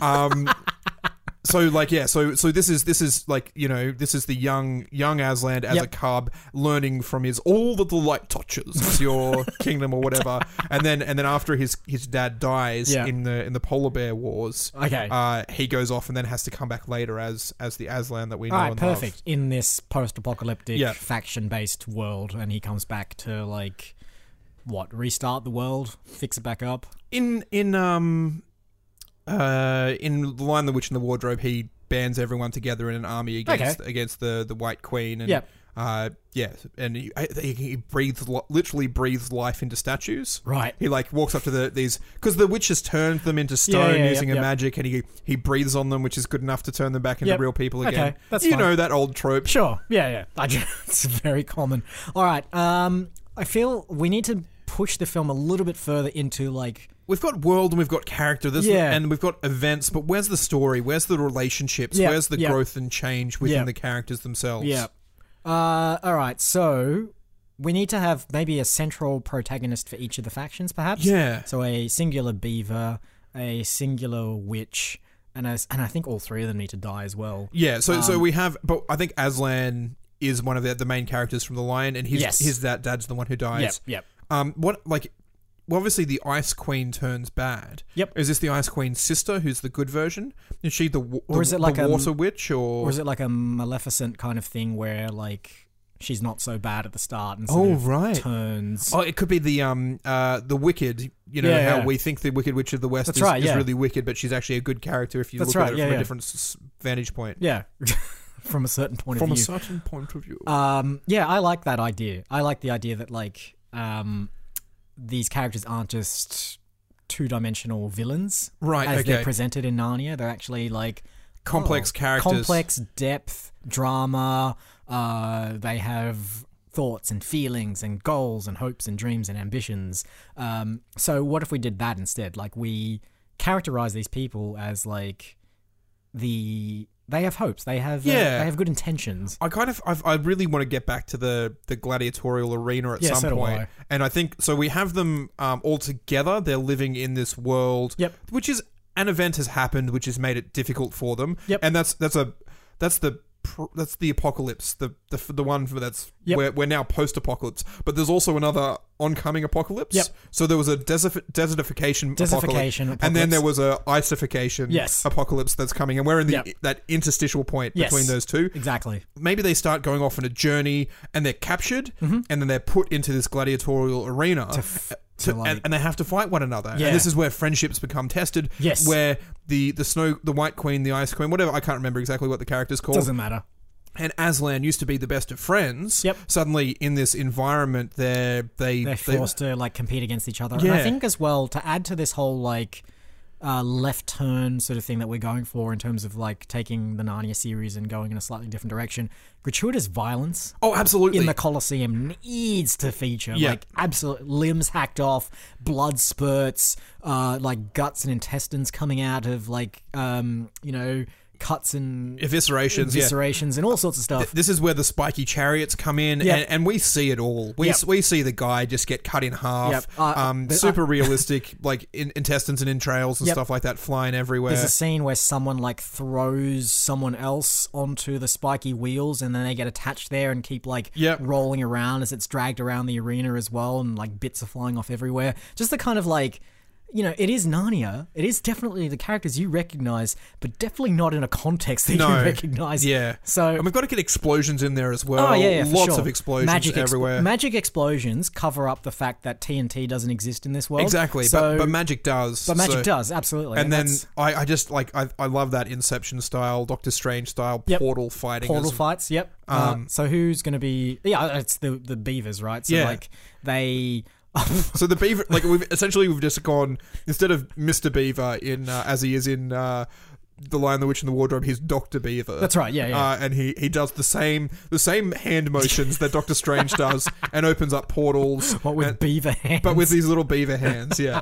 [SPEAKER 1] um. So like yeah, so so this is this is like you know this is the young young Aslan as
[SPEAKER 2] Yep.
[SPEAKER 1] a cub learning from his all that the light touches is your kingdom or whatever, and then and then after his his dad dies
[SPEAKER 2] Yeah.
[SPEAKER 1] in the in the polar bear wars,
[SPEAKER 2] Okay.
[SPEAKER 1] uh, he goes off and then has to come back later as as the Aslan that we know
[SPEAKER 2] All right,
[SPEAKER 1] and
[SPEAKER 2] perfect.
[SPEAKER 1] love.
[SPEAKER 2] In this post-apocalyptic
[SPEAKER 1] Yeah.
[SPEAKER 2] faction-based world, and he comes back to like what? Restart the world, fix it back up.
[SPEAKER 1] In in um uh in the Lion, the Witch, and the Wardrobe, he bands everyone together in an army against against the the White Queen and.
[SPEAKER 2] Yep.
[SPEAKER 1] Uh, yeah, and he, I- he, he breathes li- literally breathes life into statues.
[SPEAKER 2] Right.
[SPEAKER 1] He like walks up to the these because the witch has turned them into
[SPEAKER 2] yeah,
[SPEAKER 1] stone
[SPEAKER 2] yeah,
[SPEAKER 1] using a
[SPEAKER 2] yep, yep.
[SPEAKER 1] magic, and he he breathes on them, which is good enough to turn them back into
[SPEAKER 2] Yep.
[SPEAKER 1] real people
[SPEAKER 2] Okay,
[SPEAKER 1] again.
[SPEAKER 2] that's
[SPEAKER 1] you
[SPEAKER 2] fine.
[SPEAKER 1] know that old trope.
[SPEAKER 2] Sure. Yeah, yeah. I ju- it's very common. All right. Um, I feel we need to push the film a little bit further into like
[SPEAKER 1] we've got world and we've got character this
[SPEAKER 2] Yeah.
[SPEAKER 1] and we've got events but where's the story where's the relationships
[SPEAKER 2] Yeah,
[SPEAKER 1] where's the
[SPEAKER 2] yeah.
[SPEAKER 1] growth and change within
[SPEAKER 2] Yeah.
[SPEAKER 1] the characters themselves
[SPEAKER 2] Uh, all right. So we need to have maybe a central protagonist for each of the factions, perhaps.
[SPEAKER 1] Yeah.
[SPEAKER 2] So a singular beaver, a singular witch, and as and I think all three of them need to die as well.
[SPEAKER 1] yeah so so
[SPEAKER 2] Um,
[SPEAKER 1] we have but i think aslan is one of the, the main characters from the lion and his
[SPEAKER 2] Yes.
[SPEAKER 1] his that dad's the one who dies
[SPEAKER 2] Yep.
[SPEAKER 1] um what like well, obviously the ice queen turns bad
[SPEAKER 2] Yep.
[SPEAKER 1] is this the ice queen's sister who's the good version is she the, wa-
[SPEAKER 2] Or
[SPEAKER 1] the-
[SPEAKER 2] is it
[SPEAKER 1] the
[SPEAKER 2] like, um,
[SPEAKER 1] water witch or,
[SPEAKER 2] Or is it like a Maleficent kind of thing where like she's not so bad at the start and sort
[SPEAKER 1] oh
[SPEAKER 2] of
[SPEAKER 1] right
[SPEAKER 2] turns?
[SPEAKER 1] Oh, it could be the um uh the wicked. You know
[SPEAKER 2] Yeah,
[SPEAKER 1] how
[SPEAKER 2] yeah.
[SPEAKER 1] we think the Wicked Witch of the West
[SPEAKER 2] That's
[SPEAKER 1] is,
[SPEAKER 2] right,
[SPEAKER 1] is
[SPEAKER 2] yeah.
[SPEAKER 1] really wicked, but she's actually a good character if you
[SPEAKER 2] That's
[SPEAKER 1] look
[SPEAKER 2] right,
[SPEAKER 1] at it
[SPEAKER 2] yeah,
[SPEAKER 1] from
[SPEAKER 2] yeah.
[SPEAKER 1] a different s- vantage point.
[SPEAKER 2] Yeah. From a certain point
[SPEAKER 1] From a
[SPEAKER 2] of view.
[SPEAKER 1] certain point of view,
[SPEAKER 2] Um, yeah, I like that idea. I like the idea that like um, these characters aren't just two-dimensional villains
[SPEAKER 1] right?
[SPEAKER 2] as
[SPEAKER 1] Okay,
[SPEAKER 2] they're presented in Narnia. They're actually like
[SPEAKER 1] complex
[SPEAKER 2] oh,
[SPEAKER 1] characters.
[SPEAKER 2] complex depth, drama. Uh, they have thoughts and feelings and goals and hopes and dreams and ambitions. Um, so what if we did that instead? Like we characterize these people as like the they have hopes, they have uh,
[SPEAKER 1] Yeah.
[SPEAKER 2] they have good intentions.
[SPEAKER 1] I kind of I've, I really want to get back to the the gladiatorial arena at
[SPEAKER 2] Yeah,
[SPEAKER 1] some
[SPEAKER 2] so do
[SPEAKER 1] point.
[SPEAKER 2] I.
[SPEAKER 1] and I think so. We have them um, all together. They're living in this world,
[SPEAKER 2] Yep.
[SPEAKER 1] which is an event has happened, which has made it difficult for them.
[SPEAKER 2] Yep.
[SPEAKER 1] and that's that's a that's the pr- that's the apocalypse, the the, the one for that's
[SPEAKER 2] Yep.
[SPEAKER 1] we're, we're now post apocalypse, but there's also another oncoming apocalypse.
[SPEAKER 2] Yep.
[SPEAKER 1] So there was a desert, desertification, apocalypse,
[SPEAKER 2] Desertification
[SPEAKER 1] and then
[SPEAKER 2] apocalypse.
[SPEAKER 1] there was a icification
[SPEAKER 2] Yes.
[SPEAKER 1] apocalypse that's coming, and we're in the
[SPEAKER 2] Yep.
[SPEAKER 1] that interstitial point
[SPEAKER 2] Yes.
[SPEAKER 1] between those two
[SPEAKER 2] Exactly.
[SPEAKER 1] maybe they start going off on a journey and they're captured and then they're put into this gladiatorial arena
[SPEAKER 2] f-
[SPEAKER 1] to-
[SPEAKER 2] Mm-hmm. to, like-
[SPEAKER 1] and, and they have to fight one another
[SPEAKER 2] Yeah.
[SPEAKER 1] and this is where friendships become tested
[SPEAKER 2] Yes.
[SPEAKER 1] where the the snow the white queen the ice queen whatever i can't remember exactly what the character's called
[SPEAKER 2] Doesn't matter.
[SPEAKER 1] and aslan used to be the best of friends
[SPEAKER 2] Yep.
[SPEAKER 1] suddenly in this environment they're they
[SPEAKER 2] They're
[SPEAKER 1] they-
[SPEAKER 2] forced to like compete against each other. And I
[SPEAKER 1] Yeah.
[SPEAKER 2] think as well to add to this whole like uh, left turn sort of thing that we're going for in terms of like taking the Narnia series and going in a slightly different direction. Gratuitous violence
[SPEAKER 1] oh absolutely
[SPEAKER 2] in the Colosseum needs to feature
[SPEAKER 1] Yeah.
[SPEAKER 2] like absolute limbs hacked off, blood spurts, uh, like guts and intestines coming out of like um, you know cuts and
[SPEAKER 1] eviscerations yeah
[SPEAKER 2] eviscerations and all sorts of stuff.
[SPEAKER 1] this is where the spiky chariots come in,
[SPEAKER 2] Yep.
[SPEAKER 1] and, and we see it all. We,
[SPEAKER 2] Yep.
[SPEAKER 1] s- we see the guy just get cut in half.
[SPEAKER 2] Yep. Uh,
[SPEAKER 1] um,
[SPEAKER 2] but
[SPEAKER 1] super realistic, like in, intestines and entrails and
[SPEAKER 2] Yep.
[SPEAKER 1] stuff like that flying everywhere.
[SPEAKER 2] There's a scene where someone like throws someone else onto the spiky wheels, and then they get attached there and keep like
[SPEAKER 1] Yep.
[SPEAKER 2] rolling around as it's dragged around the arena as well, and like bits are flying off everywhere. Just the kind of like you know, it is Narnia. It is definitely the characters you recognize, but definitely not in a context that
[SPEAKER 1] No.
[SPEAKER 2] you recognize.
[SPEAKER 1] Yeah.
[SPEAKER 2] So-
[SPEAKER 1] and we've got to get explosions in there as well.
[SPEAKER 2] Oh yeah, yeah for
[SPEAKER 1] lots
[SPEAKER 2] sure.
[SPEAKER 1] of explosions
[SPEAKER 2] magic expl-
[SPEAKER 1] everywhere.
[SPEAKER 2] magic explosions cover up the fact that TNT doesn't exist in this world.
[SPEAKER 1] exactly,
[SPEAKER 2] So,
[SPEAKER 1] but, but magic does.
[SPEAKER 2] but magic
[SPEAKER 1] so-
[SPEAKER 2] does absolutely.
[SPEAKER 1] And then
[SPEAKER 2] that's
[SPEAKER 1] I, I just like I, I love that Inception style, Doctor Strange style
[SPEAKER 2] Yep.
[SPEAKER 1] portal fighting.
[SPEAKER 2] portal
[SPEAKER 1] as-
[SPEAKER 2] fights. Yep. uh, so who's going to be? Yeah, uh, it's the the beavers, right? So
[SPEAKER 1] Um, Yeah.
[SPEAKER 2] like they.
[SPEAKER 1] So the beaver, like we've essentially we've just gone instead of Mister Beaver in uh, as he is in uh, the Lion, the Witch, and the Wardrobe, he's Doctor Beaver.
[SPEAKER 2] That's right, yeah, yeah.
[SPEAKER 1] Uh, and he he does the same the same hand motions that Doctor Strange does, and opens up portals.
[SPEAKER 2] What with
[SPEAKER 1] and-
[SPEAKER 2] beaver hands?
[SPEAKER 1] uh, but with these little beaver hands, yeah.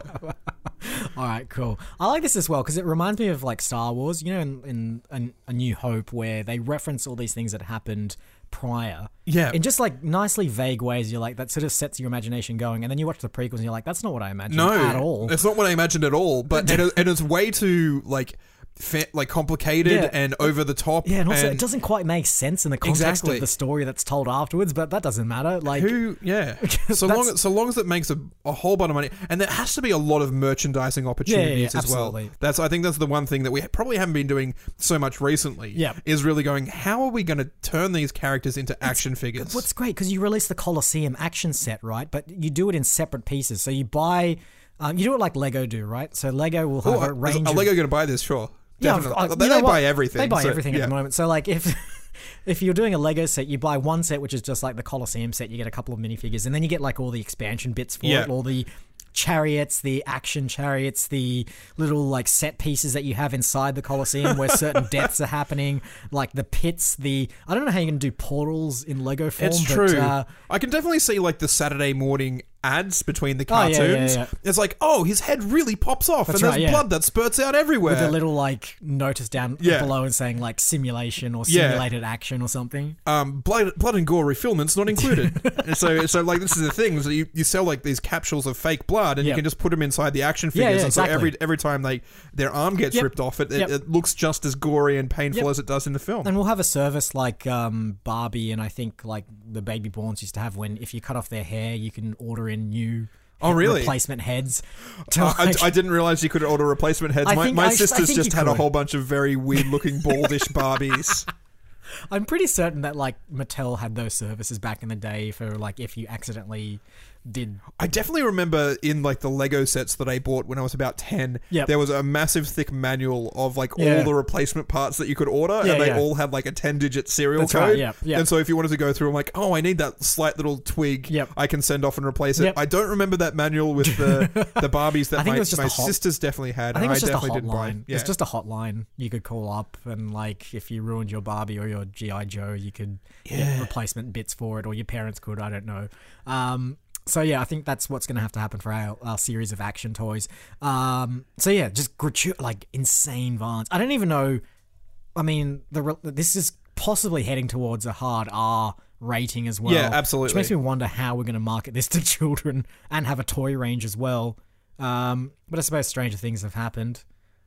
[SPEAKER 2] All right, cool. I like this as well because it reminds me of like Star Wars, you know, in, in, in A New Hope, where they reference all these things that happened prior.
[SPEAKER 1] Yeah.
[SPEAKER 2] In just like nicely vague ways, you're like, that sort of sets your imagination going. And then you watch the prequels and you're like, that's not what I imagined
[SPEAKER 1] No,
[SPEAKER 2] at all.
[SPEAKER 1] It's not what I imagined at all. But and, it- and it's way too like fa- like complicated
[SPEAKER 2] Yeah.
[SPEAKER 1] and over the top.
[SPEAKER 2] yeah, and also it doesn't quite make sense in the context
[SPEAKER 1] Exactly.
[SPEAKER 2] of the story that's told afterwards, but that doesn't matter. Like,
[SPEAKER 1] Who? Yeah. So
[SPEAKER 2] That's-
[SPEAKER 1] long, so long as it makes a, a whole bunch of money, and there has to be a lot of merchandising opportunities as well.
[SPEAKER 2] absolutely.
[SPEAKER 1] That's I think that's the one thing that we probably haven't been doing so much recently.
[SPEAKER 2] Yep.
[SPEAKER 1] Is really going. How are we going to turn these characters into action figures?
[SPEAKER 2] What's great because you release the Colosseum action set, right? But you do it in separate pieces. So you buy, um, you do it like Lego do, right? So Lego will have
[SPEAKER 1] oh,
[SPEAKER 2] a range.
[SPEAKER 1] is, are
[SPEAKER 2] of-
[SPEAKER 1] Lego going to buy this? Sure. Definitely.
[SPEAKER 2] I-
[SPEAKER 1] they
[SPEAKER 2] you know
[SPEAKER 1] they
[SPEAKER 2] what?
[SPEAKER 1] buy everything.
[SPEAKER 2] They buy
[SPEAKER 1] so,
[SPEAKER 2] everything
[SPEAKER 1] yeah.
[SPEAKER 2] at the moment. So like if if you're doing a Lego set, you buy one set which is just like the Colosseum set. You get a couple of minifigures, and then you get like all the expansion bits for
[SPEAKER 1] Yeah.
[SPEAKER 2] it, all the chariots, the action chariots, the little like set pieces that you have inside the Colosseum where certain deaths are happening, like the pits. The I don't know how you can do portals in Lego form.
[SPEAKER 1] It's
[SPEAKER 2] but,
[SPEAKER 1] true.
[SPEAKER 2] uh,
[SPEAKER 1] I can definitely see like the Saturday morning ads between the
[SPEAKER 2] Oh, yeah,
[SPEAKER 1] cartoons.
[SPEAKER 2] yeah, yeah.
[SPEAKER 1] It's like, oh, his head really pops off, and there's
[SPEAKER 2] right, yeah.
[SPEAKER 1] blood that spurts out everywhere.
[SPEAKER 2] with a little like notice down
[SPEAKER 1] Uh, Yeah.
[SPEAKER 2] below and saying like simulation or
[SPEAKER 1] Yeah.
[SPEAKER 2] simulated action or something.
[SPEAKER 1] um, blood, blood and gore refillments not included. and so, so like this is the thing. So you, you sell like these capsules of fake blood, and
[SPEAKER 2] Yep.
[SPEAKER 1] you can just put them inside the action
[SPEAKER 2] Yeah,
[SPEAKER 1] figures.
[SPEAKER 2] yeah,
[SPEAKER 1] and so
[SPEAKER 2] exactly.
[SPEAKER 1] every every time like their arm gets
[SPEAKER 2] Yep.
[SPEAKER 1] ripped off, it,
[SPEAKER 2] Yep.
[SPEAKER 1] it, it looks just as gory and painful
[SPEAKER 2] Yep.
[SPEAKER 1] as it does in the film.
[SPEAKER 2] And we'll have a service like um, Barbie and I think like the baby borns used to have when if you cut off their hair, you can order in new
[SPEAKER 1] Oh, really? Uh,
[SPEAKER 2] replacement heads. To,
[SPEAKER 1] I- Oh, I,
[SPEAKER 2] like-
[SPEAKER 1] I didn't realize you could order replacement heads.
[SPEAKER 2] I
[SPEAKER 1] my
[SPEAKER 2] think-
[SPEAKER 1] my
[SPEAKER 2] I- I
[SPEAKER 1] sister's
[SPEAKER 2] think
[SPEAKER 1] just
[SPEAKER 2] you
[SPEAKER 1] had a
[SPEAKER 2] could.
[SPEAKER 1] whole bunch of very weird looking baldish Barbies.
[SPEAKER 2] I'm pretty certain that like Mattel had those services back in the day for like if you accidentally did.
[SPEAKER 1] I definitely remember in like the Lego sets that I bought when I was about ten.
[SPEAKER 2] Yep.
[SPEAKER 1] There was a massive thick manual of like
[SPEAKER 2] Yeah.
[SPEAKER 1] all the replacement parts that you could order,
[SPEAKER 2] Yeah,
[SPEAKER 1] and they
[SPEAKER 2] yeah.
[SPEAKER 1] all had like a ten digit serial
[SPEAKER 2] That's
[SPEAKER 1] code.
[SPEAKER 2] right, yep, yep.
[SPEAKER 1] And so if you wanted to go through, I'm like, oh, I need that slight little twig.
[SPEAKER 2] Yep.
[SPEAKER 1] I can send off and replace it.
[SPEAKER 2] Yep.
[SPEAKER 1] I don't remember that manual with the the Barbies
[SPEAKER 2] I
[SPEAKER 1] that
[SPEAKER 2] think
[SPEAKER 1] my,
[SPEAKER 2] it was just
[SPEAKER 1] my
[SPEAKER 2] a hot-
[SPEAKER 1] sisters definitely had.
[SPEAKER 2] I think
[SPEAKER 1] and
[SPEAKER 2] it's just a
[SPEAKER 1] definitely didn't buy.
[SPEAKER 2] hotline.
[SPEAKER 1] Yeah.
[SPEAKER 2] It's just a hotline you could call up and like if you ruined your Barbie or your GI Joe, you could get replacement bits for it, or your parents could. I don't know. Um, so yeah, I think that's what's going to have to happen for our, our series of action toys. Um, so yeah, just gratu- like insane violence. I don't even know. I mean, the re- this is possibly heading towards a hard R rating as well.
[SPEAKER 1] Yeah,
[SPEAKER 2] Which
[SPEAKER 1] absolutely.
[SPEAKER 2] makes me wonder how we're going to market this to children and have a toy range as well. Um, but I suppose stranger things have happened.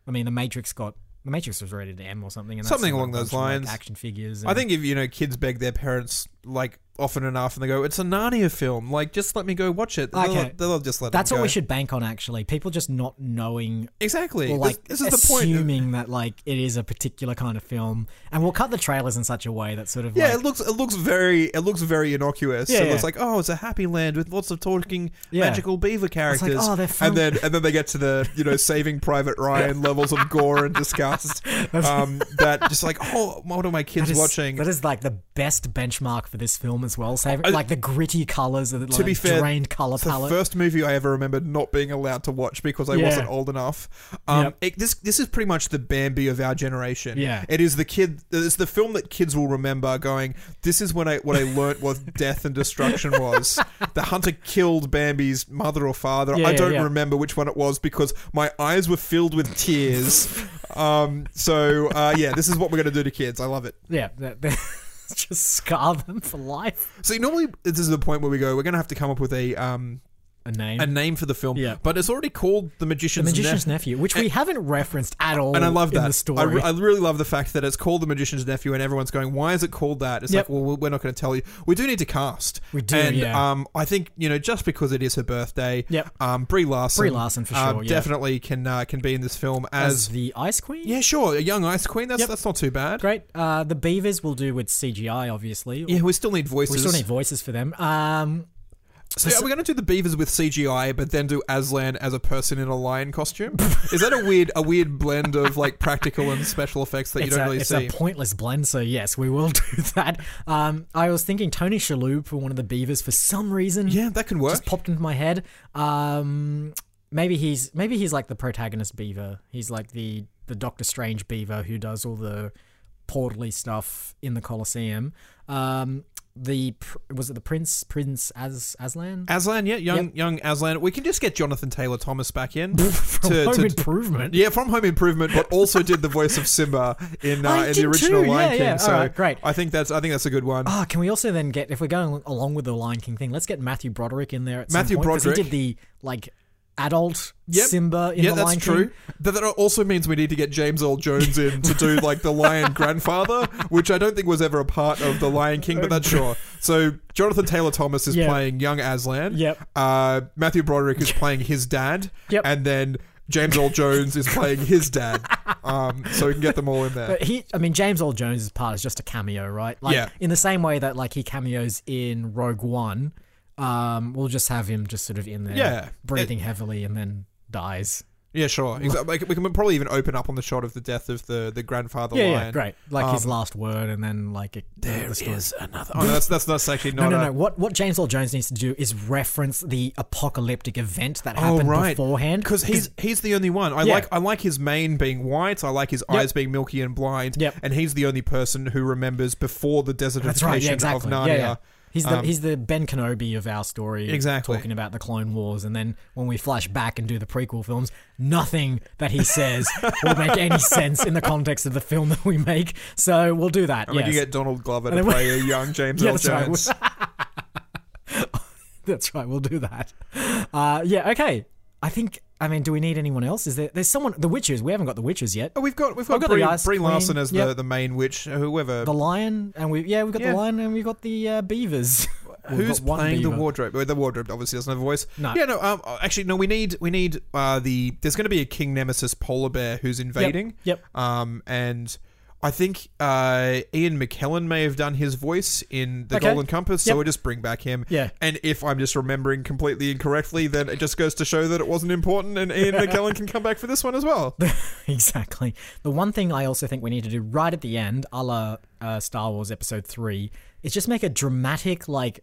[SPEAKER 2] I mean, the Matrix got the Matrix was rated M or something, and that's
[SPEAKER 1] Something
[SPEAKER 2] got a
[SPEAKER 1] along those
[SPEAKER 2] bunch of, like,
[SPEAKER 1] lines.
[SPEAKER 2] action figures.
[SPEAKER 1] I
[SPEAKER 2] and-
[SPEAKER 1] think if you know kids beg their parents like often enough, and they go, "It's a Narnia film. Like, just let me go watch it." They'll-
[SPEAKER 2] Okay.
[SPEAKER 1] They'll, just let.
[SPEAKER 2] that's
[SPEAKER 1] them
[SPEAKER 2] what we
[SPEAKER 1] go.
[SPEAKER 2] should bank on. Actually, people just not knowing.
[SPEAKER 1] Exactly.
[SPEAKER 2] Or
[SPEAKER 1] This-
[SPEAKER 2] like
[SPEAKER 1] this, is the point.
[SPEAKER 2] assuming that like it is a particular kind of film, and we'll cut the trailers in such a way that sort of
[SPEAKER 1] Yeah,
[SPEAKER 2] like,
[SPEAKER 1] it looks it looks very it looks very innocuous.
[SPEAKER 2] Yeah,
[SPEAKER 1] it looks
[SPEAKER 2] yeah.
[SPEAKER 1] like oh, it's a happy land with lots of talking
[SPEAKER 2] Yeah.
[SPEAKER 1] magical beaver characters.
[SPEAKER 2] "Oh, they're
[SPEAKER 1] and then and then they get to the you know Saving Private Ryan levels of gore and disgust. Um, that just like oh, what are my kids
[SPEAKER 2] that is-
[SPEAKER 1] watching?
[SPEAKER 2] That is like the best benchmark for this film as well. Saving
[SPEAKER 1] I-
[SPEAKER 2] like the gritty colors and the
[SPEAKER 1] to
[SPEAKER 2] like,
[SPEAKER 1] be fair,
[SPEAKER 2] drained color
[SPEAKER 1] it's the
[SPEAKER 2] palette.
[SPEAKER 1] first movie I ever remembered not being allowed to watch because I
[SPEAKER 2] Yeah.
[SPEAKER 1] wasn't old enough. Um,
[SPEAKER 2] Yep.
[SPEAKER 1] it- this this is pretty much the Bambi of our generation.
[SPEAKER 2] Yeah.
[SPEAKER 1] it is the kid. It's the film that kids will remember. Going, this is when I what I learnt what death and destruction was. The hunter killed Bambi's mother or father.
[SPEAKER 2] Yeah,
[SPEAKER 1] I
[SPEAKER 2] yeah,
[SPEAKER 1] don't
[SPEAKER 2] yeah.
[SPEAKER 1] remember which one it was because my eyes were filled with tears. um, so uh, yeah, this is what we're gonna do to kids. I love it.
[SPEAKER 2] yeah, that, that- just scar them for life.
[SPEAKER 1] See, normally this is the point where we go. We're going to have to come up with a um,
[SPEAKER 2] a name.
[SPEAKER 1] a name for the film,
[SPEAKER 2] Yeah.
[SPEAKER 1] but it's already called The
[SPEAKER 2] the
[SPEAKER 1] Magician's,
[SPEAKER 2] Magician's
[SPEAKER 1] Nep-
[SPEAKER 2] Nephew, which we haven't referenced at all
[SPEAKER 1] And I love that.
[SPEAKER 2] in the
[SPEAKER 1] I,
[SPEAKER 2] story.
[SPEAKER 1] re- I really love the fact that it's called The Magician's Nephew, and everyone's going, "Why is it called that?" It's like,
[SPEAKER 2] Yep.
[SPEAKER 1] well, we're not going to tell you. We do need to cast.
[SPEAKER 2] We do,
[SPEAKER 1] And
[SPEAKER 2] yeah.
[SPEAKER 1] um, I think you know, just because it is her birthday,
[SPEAKER 2] Yep.
[SPEAKER 1] um, Brie Larson,
[SPEAKER 2] Brie Larson for
[SPEAKER 1] uh,
[SPEAKER 2] sure, yeah.
[SPEAKER 1] definitely can uh, can be in this film as,
[SPEAKER 2] as the Ice Queen.
[SPEAKER 1] yeah, sure, a young ice queen. That's
[SPEAKER 2] Yep.
[SPEAKER 1] that's not too bad.
[SPEAKER 2] Great. Uh, the Beavers will do with CGI, obviously.
[SPEAKER 1] Yeah, we still need voices.
[SPEAKER 2] We still need voices for them. Um,
[SPEAKER 1] So yeah, we're going to do the beavers with CGI, but then do Aslan as a person in a lion costume. Is that a weird, a weird blend of like practical and special effects that you
[SPEAKER 2] it's
[SPEAKER 1] don't
[SPEAKER 2] a,
[SPEAKER 1] really
[SPEAKER 2] it's
[SPEAKER 1] see?
[SPEAKER 2] a pointless blend, so yes, we will do that. Um, I was thinking Tony Shalhoub for one of the Beavers for some reason.
[SPEAKER 1] yeah, that can work.
[SPEAKER 2] just popped into my head. Um, maybe he's maybe he's like the protagonist beaver. He's like the the Doctor Strange beaver who does all the portally stuff in the Colosseum. Um, the pr- was it the prince Prince As Aslan?
[SPEAKER 1] Aslan, yeah, young
[SPEAKER 2] Yep.
[SPEAKER 1] young Aslan. We can just get Jonathan Taylor Thomas back in to, to-
[SPEAKER 2] Home Improvement.
[SPEAKER 1] yeah, from Home Improvement, but also did the voice of Simba in
[SPEAKER 2] I
[SPEAKER 1] uh, in
[SPEAKER 2] did
[SPEAKER 1] the original
[SPEAKER 2] too,
[SPEAKER 1] Lion
[SPEAKER 2] yeah,
[SPEAKER 1] King.
[SPEAKER 2] yeah,
[SPEAKER 1] So
[SPEAKER 2] alright, great.
[SPEAKER 1] I think that's I think that's a good one.
[SPEAKER 2] Ah, can we also then get if we're going along with the Lion King thing, let's get Matthew Broderick in there. At
[SPEAKER 1] Matthew
[SPEAKER 2] some point, 'cause
[SPEAKER 1] Broderick.
[SPEAKER 2] he did the like adult
[SPEAKER 1] Yep.
[SPEAKER 2] Simba in
[SPEAKER 1] yeah,
[SPEAKER 2] the
[SPEAKER 1] that's
[SPEAKER 2] Lion
[SPEAKER 1] true.
[SPEAKER 2] King.
[SPEAKER 1] But that also means we need to get James Earl Jones in to do like the Lion Grandfather, which I don't think was ever a part of the Lion King, but that's sure. So Jonathan Taylor Thomas is
[SPEAKER 2] Yeah.
[SPEAKER 1] playing young Aslan.
[SPEAKER 2] Yep.
[SPEAKER 1] Uh, Matthew Broderick is playing his dad.
[SPEAKER 2] Yep.
[SPEAKER 1] And then James Earl Jones is playing his dad. Um, so we can get them all in there.
[SPEAKER 2] But he, I mean, James Earl Jones' part is just a cameo, right? Like,
[SPEAKER 1] Yeah.
[SPEAKER 2] In the same way that like he cameos in Rogue One, um, we'll just have him just sort of in there,
[SPEAKER 1] Yeah.
[SPEAKER 2] breathing heavily, and then dies.
[SPEAKER 1] Yeah, sure. Exa- like, we can probably even open up on the shot of the death of the, the Um, grandfather
[SPEAKER 2] Yeah,
[SPEAKER 1] lion.
[SPEAKER 2] yeah, great. Like his last word, and then like it, there the story.
[SPEAKER 1] Oh, no, that's, that's, that's actually
[SPEAKER 2] No,
[SPEAKER 1] not
[SPEAKER 2] no,
[SPEAKER 1] a-
[SPEAKER 2] no. What what James Earl Jones needs to do is reference the apocalyptic event that
[SPEAKER 1] Oh
[SPEAKER 2] happened
[SPEAKER 1] right,
[SPEAKER 2] beforehand.
[SPEAKER 1] because he's he's the only one. I
[SPEAKER 2] Yeah.
[SPEAKER 1] like I like his mane being white. I like his
[SPEAKER 2] Yep.
[SPEAKER 1] eyes being milky and blind.
[SPEAKER 2] Yep.
[SPEAKER 1] and he's the only person who remembers before the desertification
[SPEAKER 2] That's right. Yeah, exactly.
[SPEAKER 1] of Narnia.
[SPEAKER 2] Yeah, yeah. He's the
[SPEAKER 1] Um,
[SPEAKER 2] he's the Ben Kenobi of our story.
[SPEAKER 1] Exactly.
[SPEAKER 2] Talking about the Clone Wars, and then when we flash back and do the prequel films, nothing that he says will make any sense in the context of the film that we make. So we'll do that.
[SPEAKER 1] I mean,
[SPEAKER 2] yes.
[SPEAKER 1] you get Donald Glover
[SPEAKER 2] And
[SPEAKER 1] to
[SPEAKER 2] then we-
[SPEAKER 1] play a young James
[SPEAKER 2] Yeah,
[SPEAKER 1] Earl
[SPEAKER 2] that's right.
[SPEAKER 1] Jones.
[SPEAKER 2] That's right. We'll do that. Uh, yeah. Okay. I think. I mean, do we need anyone else? Is there? There's someone. The Witches. We haven't got the Witches yet.
[SPEAKER 1] Oh, we've got we've got,
[SPEAKER 2] got the
[SPEAKER 1] Brie,
[SPEAKER 2] Ice
[SPEAKER 1] Brie
[SPEAKER 2] Queen.
[SPEAKER 1] Larson as the,
[SPEAKER 2] Yep.
[SPEAKER 1] the main witch. uh, Whoever
[SPEAKER 2] The Lion, and we yeah, we have got
[SPEAKER 1] Yeah.
[SPEAKER 2] the Lion, and we have got the uh, Beavers. We've
[SPEAKER 1] who's
[SPEAKER 2] got one
[SPEAKER 1] playing the
[SPEAKER 2] beaver.
[SPEAKER 1] wardrobe? Well, the wardrobe obviously doesn't have a voice.
[SPEAKER 2] No.
[SPEAKER 1] Yeah, no. Um, actually, no. We need we need uh the there's going to be a king nemesis polar bear who's invading.
[SPEAKER 2] Yep.
[SPEAKER 1] Um, and I think uh, Ian McKellen may have done his voice in The
[SPEAKER 2] Okay.
[SPEAKER 1] Golden Compass, so
[SPEAKER 2] Yep.
[SPEAKER 1] we'll just bring back him.
[SPEAKER 2] Yeah.
[SPEAKER 1] And if I'm just remembering completely incorrectly, then it just goes to show that it wasn't important, and Ian McKellen can come back for this one as well.
[SPEAKER 2] exactly. The one thing I also think we need to do right at the end, a la uh, Star Wars Episode 3, is just make a dramatic, like,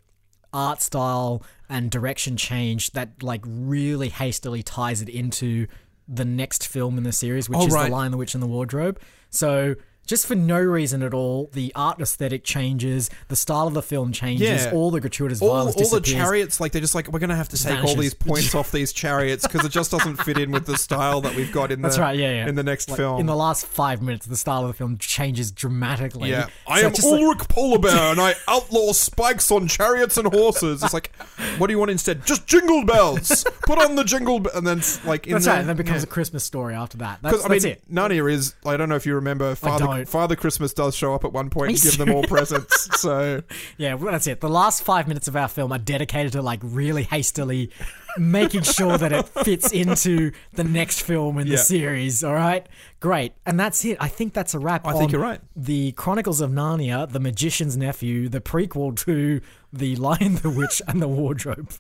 [SPEAKER 2] art style and direction change that, like, really hastily ties it into the next film in the series, which
[SPEAKER 1] Oh,
[SPEAKER 2] is
[SPEAKER 1] right.
[SPEAKER 2] The Lion, the Witch, and the Wardrobe. So. Just for no reason at all, the art aesthetic changes, the style of the film changes,
[SPEAKER 1] Yeah.
[SPEAKER 2] all the gratuitous
[SPEAKER 1] All,
[SPEAKER 2] violence
[SPEAKER 1] all the
[SPEAKER 2] disappears.
[SPEAKER 1] chariots, like they're just like we're gonna have to take all
[SPEAKER 2] vanishes.
[SPEAKER 1] these points off these chariots because it just doesn't fit in with the style that we've got in
[SPEAKER 2] That's
[SPEAKER 1] the
[SPEAKER 2] right, yeah, yeah.
[SPEAKER 1] in the next
[SPEAKER 2] Like,
[SPEAKER 1] film.
[SPEAKER 2] In the last five minutes, the style of the film changes dramatically.
[SPEAKER 1] yeah,
[SPEAKER 2] So
[SPEAKER 1] I am
[SPEAKER 2] it's just like-
[SPEAKER 1] Ulrich Polar Bear, and I outlaw spikes on chariots and horses. It's like, what do you want instead? Just jingle bells. Put on the jingle, be- and then it's like in
[SPEAKER 2] That's
[SPEAKER 1] the,
[SPEAKER 2] right, and then it becomes a Christmas story after that. That's,
[SPEAKER 1] Because I mean,
[SPEAKER 2] that's it.
[SPEAKER 1] Narnia is. I don't know if you remember. Father
[SPEAKER 2] don't.
[SPEAKER 1] Father Christmas does show up at one point and
[SPEAKER 2] He's-
[SPEAKER 1] give them all presents. So
[SPEAKER 2] Yeah, well, that's it. The last five minutes of our film are dedicated to like really hastily making sure that it fits into the next film in
[SPEAKER 1] Yeah.
[SPEAKER 2] the series. All right, great, and that's it. I think that's a wrap.
[SPEAKER 1] I think
[SPEAKER 2] on
[SPEAKER 1] you're right.
[SPEAKER 2] The Chronicles of Narnia, The Magician's Nephew, the prequel to The Lion, the Witch, and the Wardrobe.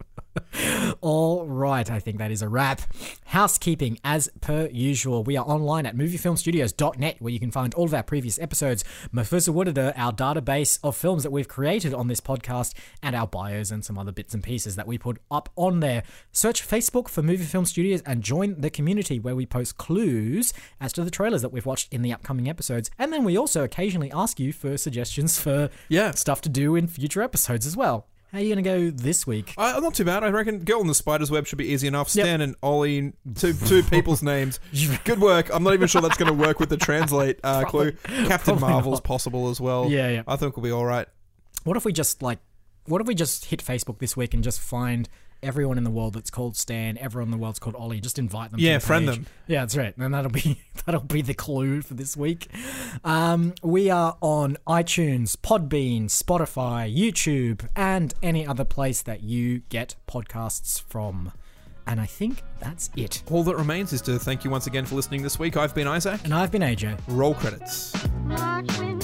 [SPEAKER 2] All right, I think that is a wrap. Housekeeping, as per usual, we are online at moviefilmstudios.net where you can find all of our previous episodes, Mephusa Woodeder, our database of films that we've created on this podcast, and our bios and some other bits and pieces that we put up on there. Search Facebook for Movie Film Studios and join the community where we post clues as to the trailers that we've watched in the upcoming episodes. And then we also occasionally ask you for suggestions for
[SPEAKER 1] Yeah.
[SPEAKER 2] stuff to do in future episodes as well. How are you going to go this week?
[SPEAKER 1] I, I'm not too bad. I reckon Girl in the Spider's Web should be easy enough. Stan and Ollie, two two people's names. Good work. I'm not even sure that's going to work with the translate uh, clue. Captain
[SPEAKER 2] probably
[SPEAKER 1] Marvel's possible as well.
[SPEAKER 2] Yeah, yeah.
[SPEAKER 1] I think we'll be all right.
[SPEAKER 2] What if we just like what if we just hit Facebook this week and just find everyone in the world that's called Stan, everyone in the world's called Ollie. Just invite them. to
[SPEAKER 1] Yeah,
[SPEAKER 2] the
[SPEAKER 1] friend
[SPEAKER 2] page.
[SPEAKER 1] them.
[SPEAKER 2] Yeah, that's right. And that'll be that'll be the clue for this week. Um, we are on iTunes, Podbean, Spotify, YouTube, and any other place that you get podcasts from. And I think that's it.
[SPEAKER 1] All that remains is to thank you once again for listening this week. I've been Isaac.
[SPEAKER 2] And I've been AJ.
[SPEAKER 1] Roll credits.
[SPEAKER 3] March with